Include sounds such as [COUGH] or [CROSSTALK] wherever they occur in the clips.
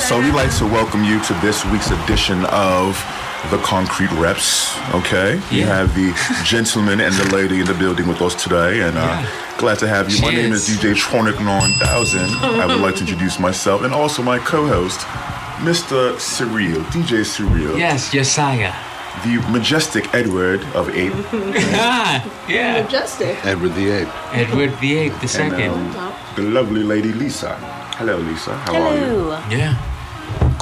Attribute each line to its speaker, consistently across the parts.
Speaker 1: So we'd like to welcome you to this week's edition of the Concrete Reps. Okay, we
Speaker 2: Yeah.
Speaker 1: have the gentleman and the lady in the building with us today, and uh, glad to have you. My name is DJ Tronic Nine Thousand. I would like to introduce myself and also my co-host, Mr. Surreal, DJ Surreal,
Speaker 2: Yes, Yesaya.
Speaker 1: the majestic Edward of Eight,
Speaker 2: Ah, yeah.
Speaker 3: Majestic.
Speaker 4: Edward the Ape.
Speaker 2: Edward VIII the
Speaker 1: and
Speaker 2: second.
Speaker 1: um, the lovely lady Lisa. Hello, Lisa. How are you?
Speaker 2: Yeah.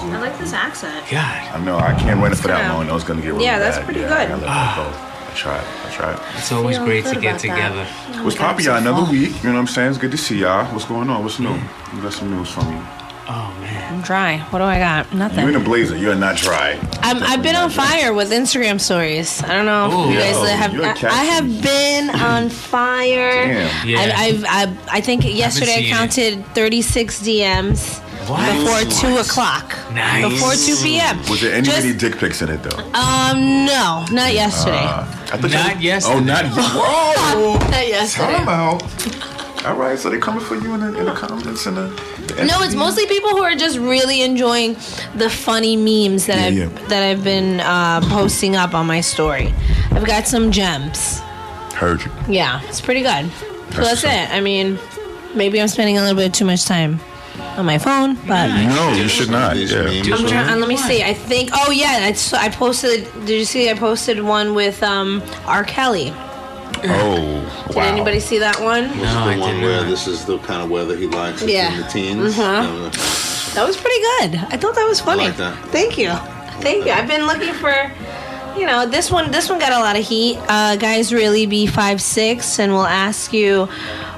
Speaker 3: I like this accent.
Speaker 2: God,
Speaker 1: I know I can't run it for that
Speaker 3: kinda-
Speaker 1: long. I was gonna get really
Speaker 3: Yeah, that's
Speaker 1: bad.
Speaker 3: pretty
Speaker 1: I
Speaker 3: good.
Speaker 1: gotta let that go. I tried. I tried.
Speaker 2: it's always
Speaker 5: Feel
Speaker 2: great
Speaker 5: good
Speaker 2: to get
Speaker 5: about that.
Speaker 2: together.
Speaker 5: Oh
Speaker 1: What's
Speaker 5: my God,
Speaker 1: poppin',
Speaker 5: so
Speaker 1: y'all? Another
Speaker 5: full.
Speaker 1: week. You know what I'm saying? It's good to see y'all. What's going on? What's new? We got some news from you.
Speaker 2: Oh man.
Speaker 5: I'm dry. What do I got?
Speaker 1: You in
Speaker 5: Nothing.
Speaker 1: a blazer. You're not dry.
Speaker 5: I'm, I've been on fire with Instagram stories. I don't know if
Speaker 2: Ooh.
Speaker 5: you guys
Speaker 1: Yo,
Speaker 5: have.
Speaker 1: you're a
Speaker 5: I, I have
Speaker 1: catfish. [CLEARS THROAT]
Speaker 5: been on fire.
Speaker 1: Damn.
Speaker 2: Yeah.
Speaker 5: I, I've, I, I think yesterday I
Speaker 2: seen it.
Speaker 5: counted 36 DMs
Speaker 2: What?
Speaker 5: before 2 o'clock.
Speaker 2: Nice.
Speaker 5: Before 2 p.m.
Speaker 1: Was there any
Speaker 5: Just-
Speaker 1: really dick pics in it though?
Speaker 5: Um, no, not yesterday.
Speaker 1: I thought
Speaker 2: Not
Speaker 1: you-
Speaker 2: yesterday.
Speaker 1: Oh, [LAUGHS] not Whoa.
Speaker 5: [LAUGHS] not yesterday.
Speaker 1: Time out. All right, so they coming for you in the, in the comments and the, the
Speaker 5: No, it's mostly people who are just really enjoying the funny memes that
Speaker 1: Yeah,
Speaker 5: I've
Speaker 1: yeah.
Speaker 5: that I've been uh, posting up on my story. I've got some gems.
Speaker 1: heard you.
Speaker 5: Yeah, it's pretty good. So that's
Speaker 1: true.
Speaker 5: it. I mean, maybe I'm spending a little bit too much time on my phone, but
Speaker 1: No, you should not.
Speaker 4: These
Speaker 1: Yeah.
Speaker 4: memes.
Speaker 5: I'm trying. uh, let me
Speaker 2: Why?
Speaker 5: see. I think. Oh yeah, I, saw- I posted. Did you see? I posted one with um, R. Kelly.
Speaker 1: Oh,
Speaker 5: Did
Speaker 1: wow.
Speaker 5: anybody see that one?
Speaker 4: This is
Speaker 2: No, I
Speaker 4: the one
Speaker 2: didn't.
Speaker 4: where this is the kind of weather he likes. It's
Speaker 5: Yeah. Mm-hmm.
Speaker 4: in the teens. Uh-huh.
Speaker 5: That was pretty good. I thought that was funny.
Speaker 4: like that.
Speaker 5: Thank you. Thank you. I've been looking for. You know, this one. This one got a lot of heat. Uh, guys, really be five six, and we'll ask you,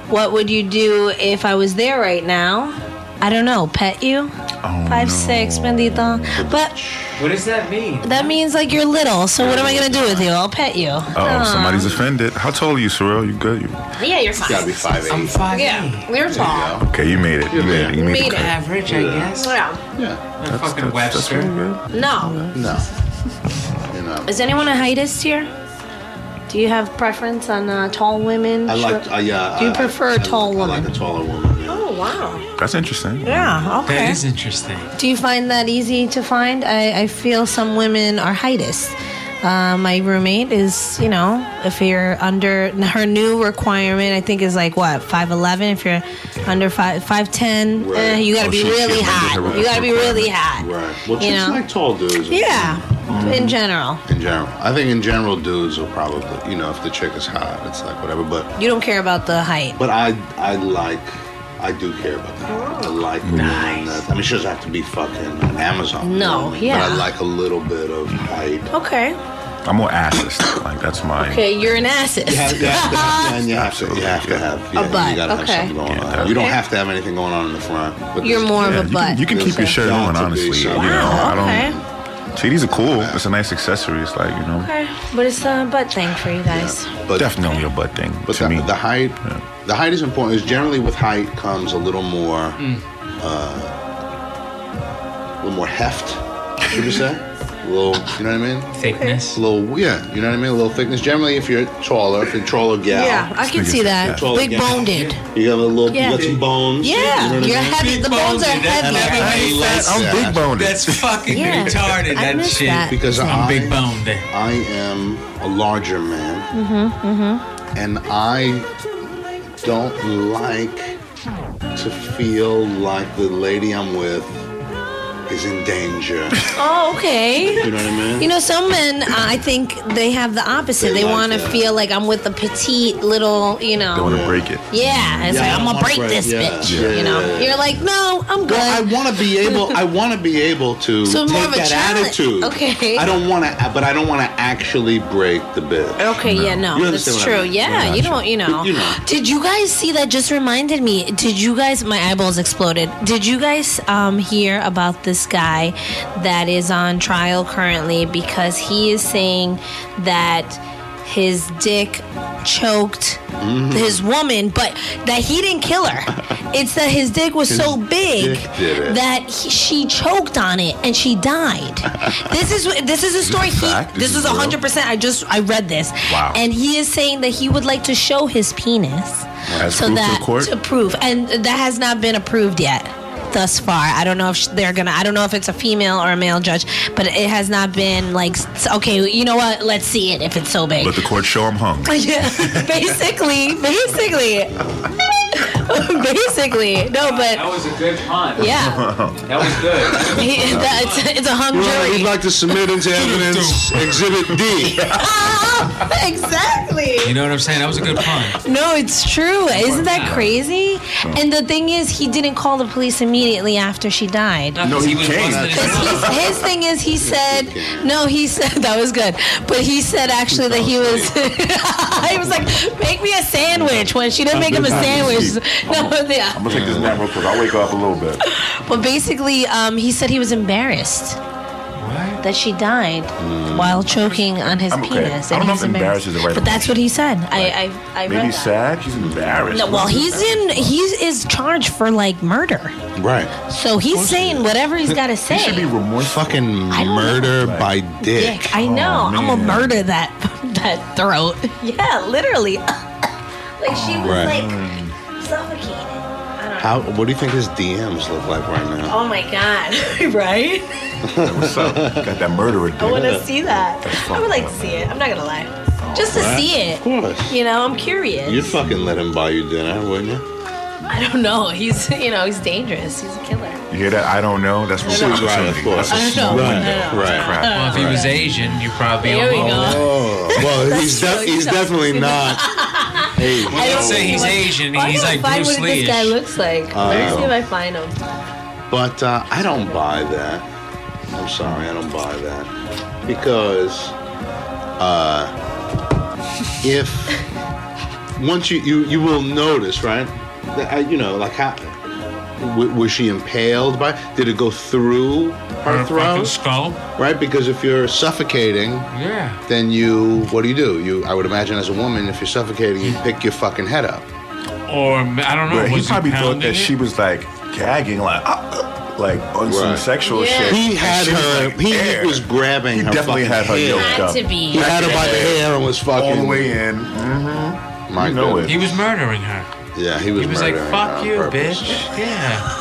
Speaker 5: what would you do if I was there right now? I don't know. Pet you.
Speaker 1: Oh,
Speaker 5: Five
Speaker 1: no.
Speaker 5: six, bendito. But
Speaker 2: What does that mean?
Speaker 5: that means like you're little. So what am I gonna do with you? I'll pet you.
Speaker 1: Oh, somebody's offended. How tall are you, Sorrel? You good? You,
Speaker 5: Yeah, you're
Speaker 4: Gotta
Speaker 5: fine.
Speaker 4: be five eight.
Speaker 2: I'm five.
Speaker 5: Yeah, you're tall.
Speaker 1: okay, you made it. You made it. You made
Speaker 5: Made
Speaker 1: the
Speaker 5: it.
Speaker 1: cut.
Speaker 2: Average, I guess.
Speaker 5: Yeah.
Speaker 4: Yeah.
Speaker 2: [LAUGHS] That's, fucking
Speaker 1: That's
Speaker 2: Webster.
Speaker 1: pretty good.
Speaker 5: No.
Speaker 4: No. You know.
Speaker 5: Is anyone a heightist here? Do you have preference on uh, tall women?
Speaker 4: I like.
Speaker 5: short-
Speaker 4: I, yeah.
Speaker 5: Do you
Speaker 4: I-
Speaker 5: prefer
Speaker 4: I,
Speaker 5: a tall
Speaker 4: I, I
Speaker 5: woman?
Speaker 4: like a taller woman. Yeah.
Speaker 5: Oh wow.
Speaker 1: That's interesting.
Speaker 5: Yeah.
Speaker 2: That
Speaker 5: Okay.
Speaker 2: is interesting.
Speaker 5: Do you find that easy to find? I, I feel some women are heightest. Uh, my roommate is, you know, if you're under her new requirement, I think is like what five eleven. If you're under five five ten, eh,
Speaker 4: Right.
Speaker 5: you gotta
Speaker 1: Oh,
Speaker 5: be
Speaker 1: she- she
Speaker 5: really
Speaker 1: amended her
Speaker 5: hot. You gotta be really hot.
Speaker 4: Right. Well,
Speaker 5: You
Speaker 4: chicks
Speaker 5: know?
Speaker 4: like tall dudes.
Speaker 5: Yeah, in general,
Speaker 4: In general, I think in general, dudes will probably, you know, if the chick is hot, it's like whatever. But
Speaker 5: you don't care about the height.
Speaker 4: But I I like I do care about that. I like the woman that I mean she doesn't have to be fucking an Amazon.
Speaker 5: No,
Speaker 4: woman,
Speaker 5: yeah.
Speaker 4: But I like a little bit of height.
Speaker 5: Okay.
Speaker 1: I'm more asses. Like that's my.
Speaker 5: Okay, you're an assist.
Speaker 4: You have, you have to have, and you have to, you have, to have yeah,
Speaker 5: butt,
Speaker 4: you gotta
Speaker 5: okay.
Speaker 4: have something going on.
Speaker 1: Yeah.
Speaker 4: You don't
Speaker 5: Okay.
Speaker 4: have to have anything going on in the front. But
Speaker 5: You're
Speaker 4: this-
Speaker 5: more of
Speaker 1: Yeah,
Speaker 5: a
Speaker 1: you,
Speaker 5: butt.
Speaker 1: can, you can keep your shirt on, honestly. You know,
Speaker 4: Wow,
Speaker 1: I don't.
Speaker 5: okay.
Speaker 1: Titties are cool. It's a nice accessory. It's like you know,
Speaker 5: [LAUGHS] Okay, but it's a butt thing for you guys.
Speaker 4: but
Speaker 1: definitely a butt thing
Speaker 4: But
Speaker 1: to
Speaker 4: the,
Speaker 1: me.
Speaker 4: the height, the height is important. Is generally with height comes a little more, uh, a little more heft. Should we say? [LAUGHS] a little, you know what I mean?
Speaker 2: Thickness.
Speaker 4: A little, yeah. You know what I mean? A little thickness. Generally, if you're taller, if you're a taller gal,
Speaker 5: Yeah, I can see that.
Speaker 4: Well,
Speaker 5: Big
Speaker 4: yeah.
Speaker 5: boned.
Speaker 4: you have a little,
Speaker 5: Yeah.
Speaker 4: you got some bones. you know
Speaker 5: Yeah,
Speaker 4: what I
Speaker 5: you're
Speaker 4: mean?
Speaker 5: heavy. The
Speaker 2: Big
Speaker 5: bones are
Speaker 2: boned, that-
Speaker 5: heavy.
Speaker 2: that-
Speaker 4: Have
Speaker 2: Hey,
Speaker 4: any legs.
Speaker 1: I'm
Speaker 4: Yeah.
Speaker 1: big boned.
Speaker 2: That's fucking
Speaker 5: Yeah.
Speaker 2: retarded.
Speaker 5: I
Speaker 2: That
Speaker 5: miss
Speaker 2: shit.
Speaker 5: that.
Speaker 4: Because
Speaker 2: I'm
Speaker 4: I-
Speaker 2: big boned.
Speaker 4: I am a larger man. Mm-hmm, mm-hmm. And I don't like to feel like the lady I'm with is
Speaker 5: [LAUGHS]
Speaker 4: in danger.
Speaker 5: Oh, okay.
Speaker 4: You know what I mean?
Speaker 5: You know, some men, uh, I think they have the opposite. They,
Speaker 4: They like
Speaker 5: want to
Speaker 4: that.
Speaker 5: feel like I'm with a petite little, you
Speaker 1: They want
Speaker 5: know.
Speaker 1: to break it.
Speaker 5: Yeah, it's
Speaker 4: Yeah, I
Speaker 5: like I'm
Speaker 4: wanna
Speaker 5: gonna break
Speaker 4: break-
Speaker 5: this
Speaker 4: yeah.
Speaker 5: bitch.
Speaker 4: Yeah,
Speaker 5: you
Speaker 4: yeah,
Speaker 5: know,
Speaker 4: yeah, yeah.
Speaker 5: you're like, no, I'm good.
Speaker 4: Well, I want to be able. I want to be able to
Speaker 5: So more
Speaker 4: take
Speaker 5: of a
Speaker 4: that
Speaker 5: challenge.
Speaker 4: attitude.
Speaker 5: Okay.
Speaker 4: I don't want to, but I don't want to actually break the bitch.
Speaker 5: Okay, yeah, no,
Speaker 4: You
Speaker 5: that's
Speaker 4: understand what I
Speaker 5: true.
Speaker 4: mean.
Speaker 5: Yeah,
Speaker 4: Yeah,
Speaker 5: you don't, you know.
Speaker 4: You know.
Speaker 5: Did you guys see that? Just reminded me. Did you guys? My eyeballs exploded. Did you guys um, hear about this guy that is on trial currently because he is saying that his dick choked his woman, but that he didn't kill her. it's that his dick was so big
Speaker 4: dick did it.
Speaker 5: that he, she choked on it and she died. this is this is a story.
Speaker 1: this a
Speaker 5: he-
Speaker 1: fact?
Speaker 5: this
Speaker 1: This is
Speaker 5: is
Speaker 1: real?
Speaker 5: hundred percent. I just I read this.
Speaker 1: Wow.
Speaker 5: And he is saying that he would like to show his penis
Speaker 1: As proof to the court?
Speaker 5: to prove, and that has not been approved yet. thus far. I don't know if sh- they're gonna. I don't know if it's a female or a male judge, but it has not been like s- okay. You know what? Let's see it if it's so big.
Speaker 1: Let the court show I'm hung.
Speaker 5: [LAUGHS] Yeah, basically, basically, [LAUGHS] basically. No,
Speaker 2: That
Speaker 5: but
Speaker 2: was a good pun.
Speaker 5: yeah,
Speaker 2: That was good.
Speaker 5: he, that, it's, it's a hung
Speaker 4: Your Honor, we'd
Speaker 5: jury.
Speaker 4: like to submit into evidence Exhibit D.
Speaker 5: [LAUGHS] Ah, exactly.
Speaker 6: You know what I'm saying? That was a good pun.
Speaker 5: No, it's true. Isn't that crazy? And the thing is, he didn't call the police immediately after she died.
Speaker 6: No,
Speaker 1: he came.
Speaker 5: His, his thing is, he said, no, he said, [LAUGHS] that was good. But he said actually that he was, [LAUGHS] he was like, make me a sandwich when she didn't make him a sandwich. [LAUGHS] No, yeah.
Speaker 1: I'm gonna take this nap real quick. I'll wake up a little bit.
Speaker 5: But basically, um, he said he was embarrassed that she died while choking on his
Speaker 1: Mm. I'm okay.
Speaker 5: penis.
Speaker 1: I don't
Speaker 5: and
Speaker 1: know
Speaker 5: he was
Speaker 1: if embarrassed
Speaker 5: embarrassed.
Speaker 1: is the right
Speaker 5: But that's what he said. I, I, I read
Speaker 1: Maybe
Speaker 5: that.
Speaker 1: sad. She's embarrassed.
Speaker 5: No, well, he's in. He is charged for like murder,
Speaker 4: Right.
Speaker 5: so he's saying whatever he's got to
Speaker 1: He should be
Speaker 5: say.
Speaker 1: remorseful.
Speaker 4: Fucking
Speaker 5: don't know.
Speaker 4: murder by dick.
Speaker 5: Dick, I know. I'm gonna
Speaker 1: man.
Speaker 5: murder that [LAUGHS] that throat. Yeah, literally. [LAUGHS] like she was
Speaker 4: Right.
Speaker 5: like suffocating. I don't know.
Speaker 4: How? What do you think his DMs look like right now?
Speaker 5: Oh my god! [LAUGHS] right?
Speaker 1: What's up? Got that murderer dick.
Speaker 5: I want to see that. I would like to
Speaker 1: fucked up,
Speaker 5: see it. I'm not gonna lie, just to
Speaker 4: Right.
Speaker 5: Oh, see it.
Speaker 4: Of course.
Speaker 5: You know, I'm curious.
Speaker 4: You'd fucking let him buy you dinner, wouldn't you?
Speaker 5: I don't know. He's [LAUGHS] you know he's dangerous. He's a killer.
Speaker 1: You hear that? I don't know. That's real
Speaker 4: Right, of
Speaker 1: opportunity.
Speaker 4: course.
Speaker 1: That's a
Speaker 5: I don't know.
Speaker 1: small
Speaker 5: I
Speaker 1: window.
Speaker 5: don't know.
Speaker 4: Right.
Speaker 1: Crap.
Speaker 6: Well, if he was Asian, you probably.
Speaker 5: There we
Speaker 6: all-
Speaker 5: go.
Speaker 4: Oh, well, he's
Speaker 5: true.
Speaker 4: de- he's
Speaker 5: You know. [LAUGHS]
Speaker 4: definitely not. Hey,
Speaker 6: I don't say he's
Speaker 5: Like,
Speaker 6: Asian and
Speaker 5: why
Speaker 6: he's
Speaker 5: don't
Speaker 6: like
Speaker 5: I find
Speaker 6: Bruce
Speaker 5: what this guy
Speaker 6: Lee-ish.
Speaker 5: looks like. Let me see if I find him.
Speaker 4: but uh, I don't buy that. I'm sorry, I don't buy that because uh, if once you, you you will notice, right? That I, you know, like how w- was she impaled by? Did it go through
Speaker 6: Or
Speaker 4: her
Speaker 6: a fucking
Speaker 4: throat?
Speaker 6: skull.
Speaker 4: Right, because if you're suffocating,
Speaker 6: Yeah.
Speaker 4: then you what do you do? You I would imagine as a woman, if you're suffocating, you pick your fucking head up.
Speaker 6: Or I don't know.
Speaker 4: Oh,
Speaker 1: But
Speaker 6: was
Speaker 1: he probably thought
Speaker 6: pounding
Speaker 1: that
Speaker 6: it?
Speaker 1: she was like gagging, like, ah, uh, like on some
Speaker 4: Right.
Speaker 1: sexual
Speaker 5: Yeah.
Speaker 1: shit.
Speaker 4: He
Speaker 1: And
Speaker 4: had
Speaker 1: she was,
Speaker 4: her.
Speaker 1: like,
Speaker 4: he
Speaker 1: there.
Speaker 4: was grabbing
Speaker 1: He
Speaker 4: her.
Speaker 1: definitely
Speaker 4: fucking
Speaker 1: had her
Speaker 4: hair.
Speaker 1: yoked
Speaker 5: Had
Speaker 1: up.
Speaker 5: to be.
Speaker 4: He had her by the hair and was fucking.
Speaker 1: All the way in. Mm-hmm.
Speaker 4: My
Speaker 1: You know
Speaker 4: goodness.
Speaker 6: He was murdering her.
Speaker 4: Yeah, he was.
Speaker 6: He was like,
Speaker 4: murdering her
Speaker 6: "Fuck
Speaker 4: on
Speaker 6: you,
Speaker 4: purpose.
Speaker 6: bitch." Yeah.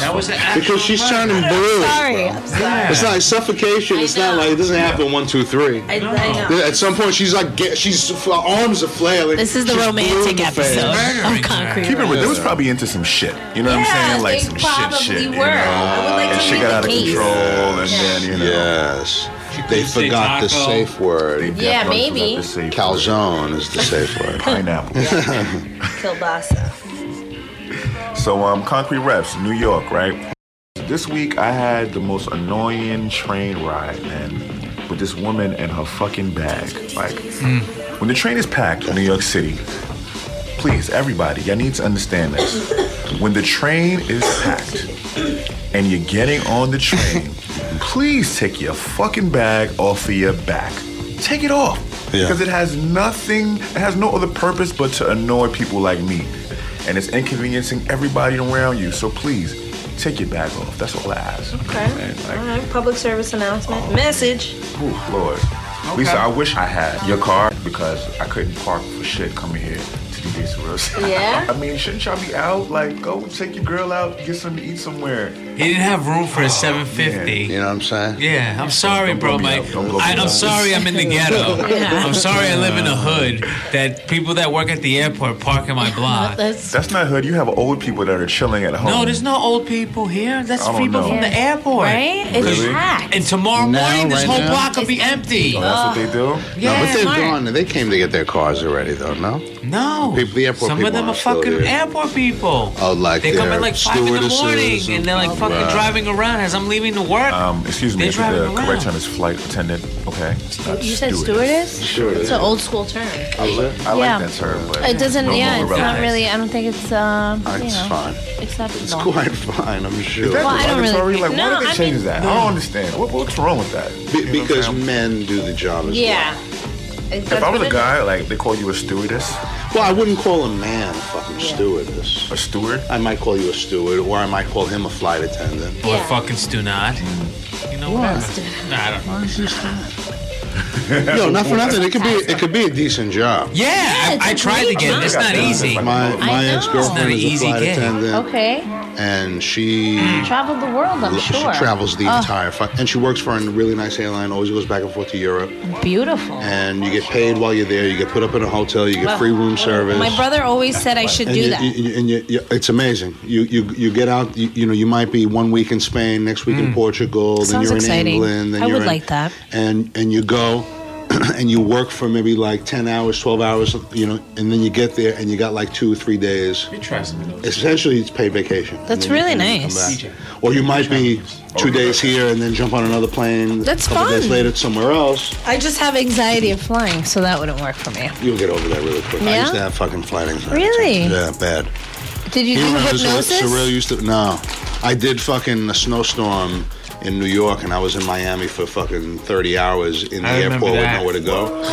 Speaker 6: That was an actual
Speaker 4: Because she's
Speaker 6: murder.
Speaker 4: turning blue.
Speaker 5: Sorry, I'm sorry.
Speaker 6: Yeah.
Speaker 4: It's not suffocation. It's not like it doesn't happen one, two, three.
Speaker 5: I, I know.
Speaker 4: At some point, she's like, get, she's her arms are flailing.
Speaker 5: This is the
Speaker 4: She's blue in
Speaker 5: romantic
Speaker 4: the face.
Speaker 5: episode
Speaker 6: Murdering
Speaker 5: of Concrete.
Speaker 1: Keep it real. They was
Speaker 4: Yeah.
Speaker 1: probably into some shit. You know what I'm saying? Like some shit, shit. You know?
Speaker 5: I would
Speaker 1: and
Speaker 5: like to
Speaker 1: shit
Speaker 5: make
Speaker 1: got
Speaker 5: a
Speaker 1: out of
Speaker 5: case.
Speaker 1: control, and
Speaker 5: Yeah.
Speaker 1: then you know.
Speaker 4: Yes, they
Speaker 6: could say
Speaker 4: forgot the
Speaker 6: taco.
Speaker 4: safe
Speaker 1: They
Speaker 4: word.
Speaker 5: Yeah,
Speaker 1: definitely forgot
Speaker 5: maybe.
Speaker 1: to say
Speaker 4: Calzone is
Speaker 5: [LAUGHS]
Speaker 4: the safe word.
Speaker 1: Pineapple.
Speaker 4: [LAUGHS]
Speaker 5: Kielbasa.
Speaker 1: So, um, Concrete Reps, New York, right? This week I had the most annoying train ride, man, with this woman and her fucking bag. Like,
Speaker 4: Mm.
Speaker 1: when the train is packed in New York City, please, everybody, y'all need to understand this. When the train is packed and you're getting on the train, please take your fucking bag off of your back. Take it off.
Speaker 4: Yeah.
Speaker 1: Because it has nothing, it has no other purpose but to annoy people like me. And it's inconveniencing everybody around you. So please, take your bag off. That's all I ask.
Speaker 5: Okay.
Speaker 1: Man, like,
Speaker 5: All right. Public service announcement. Message.
Speaker 1: Oh, Lord. Lisa, I wish I had your car because I couldn't park for shit coming here to DJ Soros.
Speaker 5: Yeah?
Speaker 1: [LAUGHS] I mean, shouldn't y'all be out? Like, go take your girl out, get something to eat somewhere.
Speaker 6: He didn't have room for a 750.
Speaker 4: You know what I'm saying?
Speaker 6: Yeah, I'm sorry,
Speaker 1: Oh, Don't
Speaker 6: bro.
Speaker 1: blow me
Speaker 6: Like,
Speaker 1: up. Don't blow me
Speaker 6: I, I'm
Speaker 1: up.
Speaker 6: sorry I'm in
Speaker 1: [LAUGHS]
Speaker 6: the ghetto. I'm sorry I live in a hood that people that work at the airport park in my
Speaker 1: Uh,
Speaker 5: [LAUGHS]
Speaker 6: block.
Speaker 5: That's
Speaker 1: That's not hood. You have old people that are chilling at home.
Speaker 6: No, there's no old people here. That's
Speaker 1: I don't
Speaker 6: people
Speaker 1: know.
Speaker 6: from the airport.
Speaker 5: right. It's
Speaker 1: Really?
Speaker 5: hacked.
Speaker 6: And tomorrow
Speaker 4: Now,
Speaker 6: morning, this
Speaker 4: right
Speaker 6: whole
Speaker 4: now?
Speaker 6: block will be empty.
Speaker 1: Oh, that's what they do?
Speaker 6: Uh, yeah.
Speaker 4: No, but they're
Speaker 5: Smart.
Speaker 4: gone. They came to get their cars already, though. No.
Speaker 6: No.
Speaker 4: People- the airport
Speaker 6: Some
Speaker 4: people
Speaker 6: of them are
Speaker 4: aren't still
Speaker 6: fucking
Speaker 4: here.
Speaker 6: airport people.
Speaker 4: Oh, like
Speaker 6: they come
Speaker 4: their
Speaker 6: at like five in the
Speaker 4: stewardesses
Speaker 6: morning and they're like
Speaker 4: and-
Speaker 6: fucking
Speaker 4: Wow.
Speaker 6: driving around as I'm leaving to work.
Speaker 1: Um, excuse me,
Speaker 6: They're
Speaker 1: I think the
Speaker 6: driving around.
Speaker 1: correct term is flight attendant. Okay. Not
Speaker 5: You said stewardess.
Speaker 4: Sure.
Speaker 5: It's an old school term.
Speaker 4: I was-
Speaker 1: I
Speaker 5: Yeah.
Speaker 1: like that term, but
Speaker 5: It doesn't.
Speaker 1: no
Speaker 5: yeah,
Speaker 1: longer
Speaker 5: it's not
Speaker 1: relevant.
Speaker 5: really. I don't think it's. Um, you
Speaker 4: It's
Speaker 5: know,
Speaker 4: fine.
Speaker 5: acceptable.
Speaker 4: It's quite fine, I'm sure.
Speaker 1: Is that
Speaker 5: Well, I don't really
Speaker 1: derogatory?
Speaker 5: think-
Speaker 1: Like,
Speaker 5: no,
Speaker 1: why did
Speaker 5: I
Speaker 1: they change
Speaker 5: mean-
Speaker 1: that? I don't understand. What, what's wrong with that? You
Speaker 4: Be-
Speaker 1: know what I'm
Speaker 4: because
Speaker 1: saying?
Speaker 4: men do the job as
Speaker 5: Yeah.
Speaker 1: if I was a guy, like they call you a stewardess,
Speaker 4: well. Well, I wouldn't call a man a fucking stewardess.
Speaker 1: a steward.
Speaker 4: I might call you a steward, or I might call him a flight attendant.
Speaker 6: or
Speaker 5: yeah.
Speaker 6: Oh, fucking do not. You know what? Nah, I don't know.
Speaker 4: No, not for nothing. It could be it could be a decent job.
Speaker 6: Yeah,
Speaker 5: it's
Speaker 6: I, I
Speaker 5: a
Speaker 6: tried to
Speaker 5: great
Speaker 6: get it. It's not
Speaker 1: job.
Speaker 6: easy.
Speaker 1: Yeah.
Speaker 4: My
Speaker 5: I
Speaker 4: my
Speaker 5: know.
Speaker 4: ex
Speaker 6: It's not an
Speaker 4: girlfriend is a
Speaker 6: easy
Speaker 4: flight
Speaker 6: gig.
Speaker 4: attendant.
Speaker 5: Okay.
Speaker 4: and she
Speaker 5: Traveled the world, I'm
Speaker 4: she
Speaker 5: sure.
Speaker 4: travels the
Speaker 5: Oh,
Speaker 4: entire fu- and she works for a really nice airline. Always goes back and forth to Europe,
Speaker 5: Mm. Beautiful.
Speaker 4: and you get paid while you're there. You get put up in a hotel. You get
Speaker 5: Well,
Speaker 4: free room service.
Speaker 5: My brother always said I should
Speaker 4: and
Speaker 5: do
Speaker 4: you,
Speaker 5: that.
Speaker 4: you- you- and you, you, it's amazing. You, you you get out. You, you know, you might be one week in Spain, next week in Portugal, then
Speaker 5: Sounds
Speaker 4: you're
Speaker 5: exciting.
Speaker 4: in England. Then
Speaker 5: I
Speaker 4: you're
Speaker 5: would
Speaker 4: in-
Speaker 5: like that.
Speaker 4: And and you go, [CLEARS THROAT] and you work for maybe like ten hours, twelve hours. You know, and then you get there, and you got like two or three days.
Speaker 6: Let me try some of those.
Speaker 4: Essentially, it's paid vacation. And
Speaker 5: That's
Speaker 4: then you
Speaker 5: really
Speaker 4: can come
Speaker 5: nice.
Speaker 4: back. Or you might be two days here and then jump on another plane.
Speaker 5: That's
Speaker 4: a couple days
Speaker 5: fun.
Speaker 4: later somewhere else.
Speaker 5: I just have anxiety of flying, so that wouldn't work for me.
Speaker 4: You'll get over that really quick. I
Speaker 5: Yeah?
Speaker 4: used to have fucking flight anxiety.
Speaker 5: Really?
Speaker 4: Yeah, bad.
Speaker 5: Did you do
Speaker 4: He remembers what
Speaker 5: hypnosis?
Speaker 4: Surreal used to. No, I did fucking a snowstorm in New York, and I was in Miami for fucking thirty hours in the
Speaker 6: I remember
Speaker 4: airport with
Speaker 6: that.
Speaker 4: nowhere to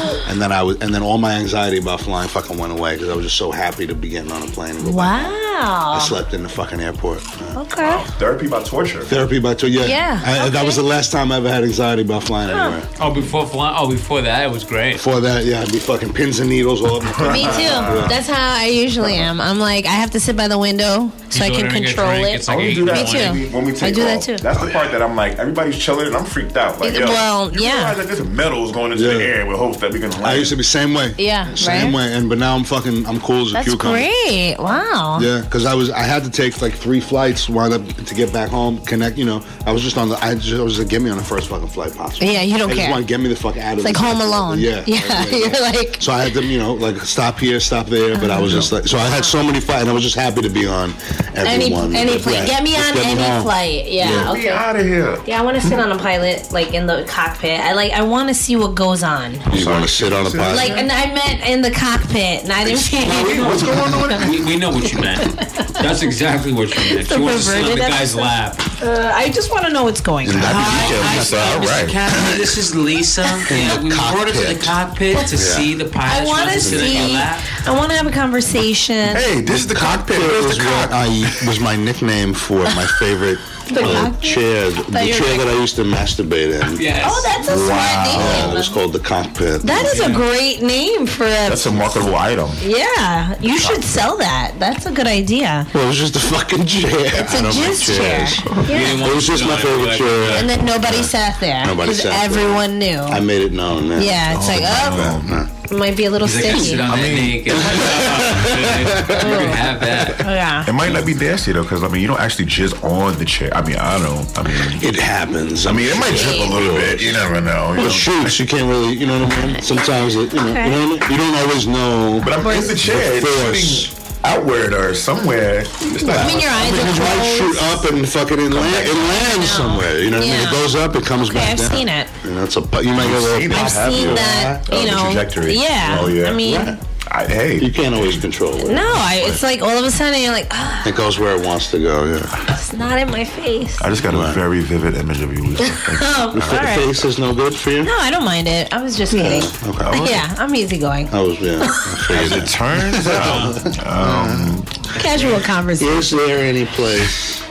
Speaker 4: go, and then I was, and then all my anxiety about flying fucking went away because I was just so happy to be getting on a plane. And go back. I
Speaker 5: Wow.
Speaker 4: slept in the fucking airport. Uh,
Speaker 5: Okay.
Speaker 1: Therapy by torture.
Speaker 4: Therapy by two. Yeah,
Speaker 5: Yeah,
Speaker 4: I- That
Speaker 5: okay.
Speaker 4: was the last time I ever had anxiety about flying anywhere.
Speaker 6: Oh, before flying. Oh, before that, it was great.
Speaker 4: Before that, yeah, I'd be fucking pins and needles all over. [LAUGHS]
Speaker 5: Me too. That's how I usually am. I'm like, I have to sit by the window so I
Speaker 6: He's
Speaker 5: can
Speaker 6: ordering a
Speaker 5: control
Speaker 6: drink,
Speaker 5: it.
Speaker 6: it's like
Speaker 1: I only
Speaker 6: eight
Speaker 1: do
Speaker 6: in the
Speaker 1: that
Speaker 5: Me
Speaker 1: when
Speaker 5: too.
Speaker 1: we- when we take
Speaker 5: I do that
Speaker 1: off.
Speaker 5: too.
Speaker 1: That's the part that I'm like, everybody's chilling and I'm freaked out. Like,
Speaker 5: It-
Speaker 1: yo,
Speaker 5: well,
Speaker 1: you
Speaker 5: yeah.
Speaker 1: realize that there's metals going into the
Speaker 4: Yeah.
Speaker 1: air with hope that we can land.
Speaker 4: I used to be same way.
Speaker 5: Yeah,
Speaker 4: same
Speaker 5: right?
Speaker 4: way. And but now I'm fucking, I'm cool as a
Speaker 5: That's
Speaker 4: cucumber.
Speaker 5: great. Wow.
Speaker 4: Yeah, because I was I had to take like three flights, wound up to get back home, connect. You know, I was just on the I just I was like, get me on the first fucking flight possible.
Speaker 5: Yeah, you don't
Speaker 4: I Just
Speaker 5: care.
Speaker 4: want to get me the fuck out of.
Speaker 5: It's like
Speaker 4: this
Speaker 5: Home
Speaker 4: fucking-
Speaker 5: Alone.
Speaker 4: Yeah,
Speaker 5: Yeah. [LAUGHS]
Speaker 4: right, right,
Speaker 5: You're
Speaker 4: right.
Speaker 5: like,
Speaker 4: So I had to, you know, like stop here, stop there, but I was just like, so I had so many flights, and I was just happy to be on
Speaker 5: any,
Speaker 4: everyone.
Speaker 5: any flight.
Speaker 4: Right.
Speaker 5: Get me
Speaker 4: Just
Speaker 5: on
Speaker 4: get
Speaker 5: any
Speaker 4: home.
Speaker 5: flight. Yeah.
Speaker 4: Yeah.
Speaker 1: Get
Speaker 5: Okay.
Speaker 1: out of here.
Speaker 5: Yeah, I want to sit on a pilot, like in the cockpit. I like, I want to see what goes on.
Speaker 4: You want to sit on a bus?
Speaker 5: Like, and I meant in the cockpit, and I didn't [LAUGHS] see anything.
Speaker 1: What's going on?
Speaker 5: [LAUGHS]
Speaker 6: We, we know what you meant. That's exactly what you meant.
Speaker 5: So
Speaker 6: She wants to sit on the
Speaker 5: perverted
Speaker 6: guy's
Speaker 5: episode.
Speaker 6: lap.
Speaker 5: Uh, I just want to know what's going on.
Speaker 6: Mr. Kaplan, this is
Speaker 4: [LAUGHS]
Speaker 6: Lisa. Yeah, we brought her to the
Speaker 4: cockpit.
Speaker 6: cockpit to see the pilot.
Speaker 5: I want to see. I want to have a conversation.
Speaker 1: Hey, this is the cockpit.
Speaker 4: It
Speaker 1: Where's
Speaker 4: was
Speaker 1: the
Speaker 4: what
Speaker 1: cockpit?
Speaker 4: I was my nickname for my favorite
Speaker 5: The
Speaker 4: uh,
Speaker 5: cockpit?
Speaker 4: chair, the
Speaker 5: you were like-
Speaker 4: chair that I used to masturbate in.
Speaker 6: Yes.
Speaker 5: Oh, that's a
Speaker 4: Wow,
Speaker 5: smart
Speaker 4: it was
Speaker 5: name.
Speaker 4: Oh, called the cockpit.
Speaker 5: That is a great name for a.
Speaker 1: That's a marketable item.
Speaker 5: Yeah, you should sell that. That's a good idea.
Speaker 4: Well, it was just a fucking chair.
Speaker 5: It's a jizz chair. Yeah.
Speaker 4: It was just my favorite chair.
Speaker 5: And then nobody sat there
Speaker 4: Nobody
Speaker 5: because
Speaker 4: sat there.
Speaker 5: everyone knew.
Speaker 4: I made it known. Yeah.
Speaker 5: yeah, it's like oh,
Speaker 1: Um,
Speaker 5: it might be a little
Speaker 6: He's like, I sit
Speaker 5: sticky.
Speaker 6: on that naked. you can have that.
Speaker 5: Oh, yeah.
Speaker 1: It might not be nasty though, because I mean, you don't actually jizz on the chair. I mean, I don't. I mean,
Speaker 4: It happens. I
Speaker 1: I
Speaker 4: mean,
Speaker 1: mean, it might drip a little bit. You never know. You
Speaker 4: it
Speaker 1: know.
Speaker 4: shoots. You can't really, you know what I mean? Sometimes, it, you, know, you know what I mean? You don't always know.
Speaker 1: But I'm in the chair. It's sitting outward or somewhere. It's not.
Speaker 5: I mean, your eyes
Speaker 4: It might
Speaker 5: are
Speaker 4: shoot
Speaker 5: closed.
Speaker 4: up and fucking it, land, it lands somewhere. You know what I mean? It
Speaker 5: Yeah.
Speaker 4: goes up, it comes
Speaker 5: Okay,
Speaker 4: back
Speaker 5: I've
Speaker 4: down.
Speaker 5: seen it.
Speaker 4: And that's a, pu- you might get a
Speaker 1: Seen it.
Speaker 4: little,
Speaker 5: I've
Speaker 1: Have
Speaker 5: seen
Speaker 1: you?
Speaker 5: that. You
Speaker 1: Oh, the
Speaker 5: know,
Speaker 1: trajectory.
Speaker 5: Yeah.
Speaker 1: Oh, yeah.
Speaker 5: I mean,
Speaker 1: I,
Speaker 4: you
Speaker 1: hey,
Speaker 4: can't always control it.
Speaker 5: no, I, it's like all of a sudden you're like, ah,
Speaker 4: It goes where it wants to go, yeah.
Speaker 5: it's not in my face.
Speaker 1: I just got a very vivid image of you. [LAUGHS] Lisa. Thank you.
Speaker 5: Oh, all
Speaker 4: The
Speaker 5: right.
Speaker 4: face is no good for you?
Speaker 5: No, I don't mind it. I was just kidding.
Speaker 1: Oh,
Speaker 5: [LAUGHS] Yeah, I'm
Speaker 4: [LAUGHS]
Speaker 5: easygoing.
Speaker 4: I was, yeah. I
Speaker 5: [LAUGHS]
Speaker 4: figured
Speaker 1: As
Speaker 4: that.
Speaker 1: it [LAUGHS] turns out, um,
Speaker 5: Casual conversation.
Speaker 4: Is there any place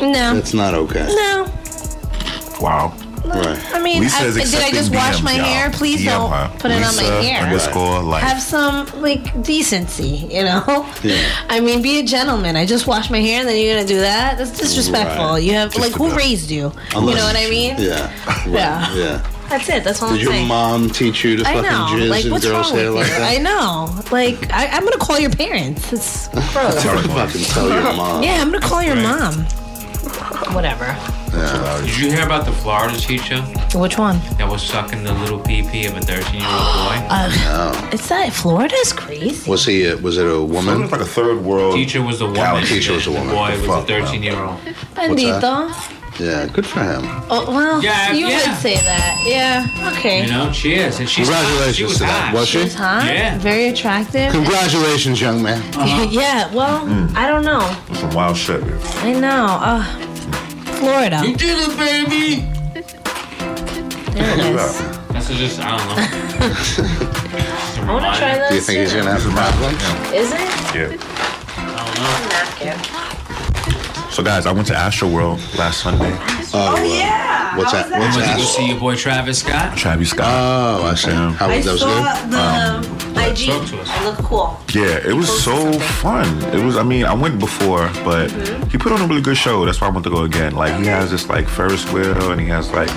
Speaker 5: No.
Speaker 4: that's not okay?
Speaker 5: No.
Speaker 1: wow.
Speaker 4: Right.
Speaker 5: I mean,
Speaker 1: Lisa
Speaker 5: I,
Speaker 1: is
Speaker 5: did I
Speaker 1: accepting
Speaker 5: just wash
Speaker 1: DMs,
Speaker 5: my
Speaker 1: y'all.
Speaker 5: hair? Please
Speaker 1: DM
Speaker 5: don't
Speaker 1: her.
Speaker 5: put it on my
Speaker 1: Lisa
Speaker 5: hair.
Speaker 1: Underscore life.
Speaker 5: Have some like decency, you know.
Speaker 4: Yeah.
Speaker 5: [LAUGHS] I mean, be a gentleman. I just washed my hair, and then you're gonna do that. That's disrespectful.
Speaker 4: Right.
Speaker 5: You have
Speaker 1: Just
Speaker 5: like who
Speaker 1: about.
Speaker 5: raised you? you
Speaker 4: Unless-
Speaker 5: know what I mean?
Speaker 4: Yeah. Right.
Speaker 5: Yeah.
Speaker 4: Yeah.
Speaker 5: That's it. That's all
Speaker 4: Did
Speaker 5: I'm
Speaker 4: your
Speaker 5: saying.
Speaker 4: mom teach you to
Speaker 5: I
Speaker 4: fucking
Speaker 5: know.
Speaker 4: jizz
Speaker 5: Like,
Speaker 4: in
Speaker 5: what's
Speaker 4: girls'
Speaker 5: wrong
Speaker 4: hair
Speaker 5: with
Speaker 4: like
Speaker 5: you? I
Speaker 4: that?
Speaker 5: know. Like, I, I'm gonna call your parents. It's
Speaker 4: Oh.
Speaker 5: gross.
Speaker 1: Sorry, Mom.
Speaker 4: [LAUGHS] Fucking tell your
Speaker 5: [LAUGHS]
Speaker 4: mom.
Speaker 5: yeah, I'm gonna call your mom. Whatever.
Speaker 6: Did you hear about the Florida teacher
Speaker 5: Which one?
Speaker 6: that was sucking the little PP of a 13 year old boy?
Speaker 5: It's that Florida's crazy.
Speaker 4: Was he? A, was it a
Speaker 1: It [LAUGHS]
Speaker 4: woman?
Speaker 1: looks like a third world.
Speaker 6: Teacher was the woman.
Speaker 1: College teacher was a
Speaker 6: The
Speaker 1: woman.
Speaker 6: boy
Speaker 1: The
Speaker 6: was a
Speaker 1: fuck,
Speaker 6: 13 year old.
Speaker 5: Bandito.
Speaker 4: Yeah. Good for him.
Speaker 5: Oh, well,
Speaker 6: Yeah,
Speaker 5: you
Speaker 6: yeah.
Speaker 5: would say that. Yeah. Okay.
Speaker 6: You know, she is. And she's hot. She
Speaker 4: Congratulations
Speaker 6: was
Speaker 4: to that.
Speaker 6: hot.
Speaker 4: Was she?
Speaker 5: She's hot.
Speaker 6: Yeah.
Speaker 5: Very attractive.
Speaker 4: Congratulations, young man.
Speaker 5: Oh, [LAUGHS] yeah. Well, I don't know.
Speaker 1: Some wild shit.
Speaker 5: I know. Uh, Florida.
Speaker 6: You did it, baby!
Speaker 5: There it is.
Speaker 6: That's just, I don't know.
Speaker 5: I want to try this.
Speaker 4: Do you think he's gonna have a problem?
Speaker 5: Is it?
Speaker 1: Yeah.
Speaker 6: I don't know.
Speaker 5: Napkin.
Speaker 1: So guys, I went to Astro World last Sunday.
Speaker 4: Oh, yeah. What's that? What's
Speaker 6: Did you go
Speaker 4: that?
Speaker 6: see your boy Travis Scott?
Speaker 1: Uh, Travis Scott.
Speaker 4: Oh, I see.
Speaker 1: Yeah.
Speaker 4: How
Speaker 7: I
Speaker 4: was that was
Speaker 7: saw
Speaker 4: good?
Speaker 7: the. I
Speaker 5: IG.
Speaker 6: Talk to us.
Speaker 5: I look cool.
Speaker 1: Yeah, it was
Speaker 5: Posted
Speaker 1: so
Speaker 5: something. Mm-hmm.
Speaker 1: fun. It was. I mean, I went before, but he put on a really good show. That's why I want to go again. Like he has this like Ferris wheel, and he has like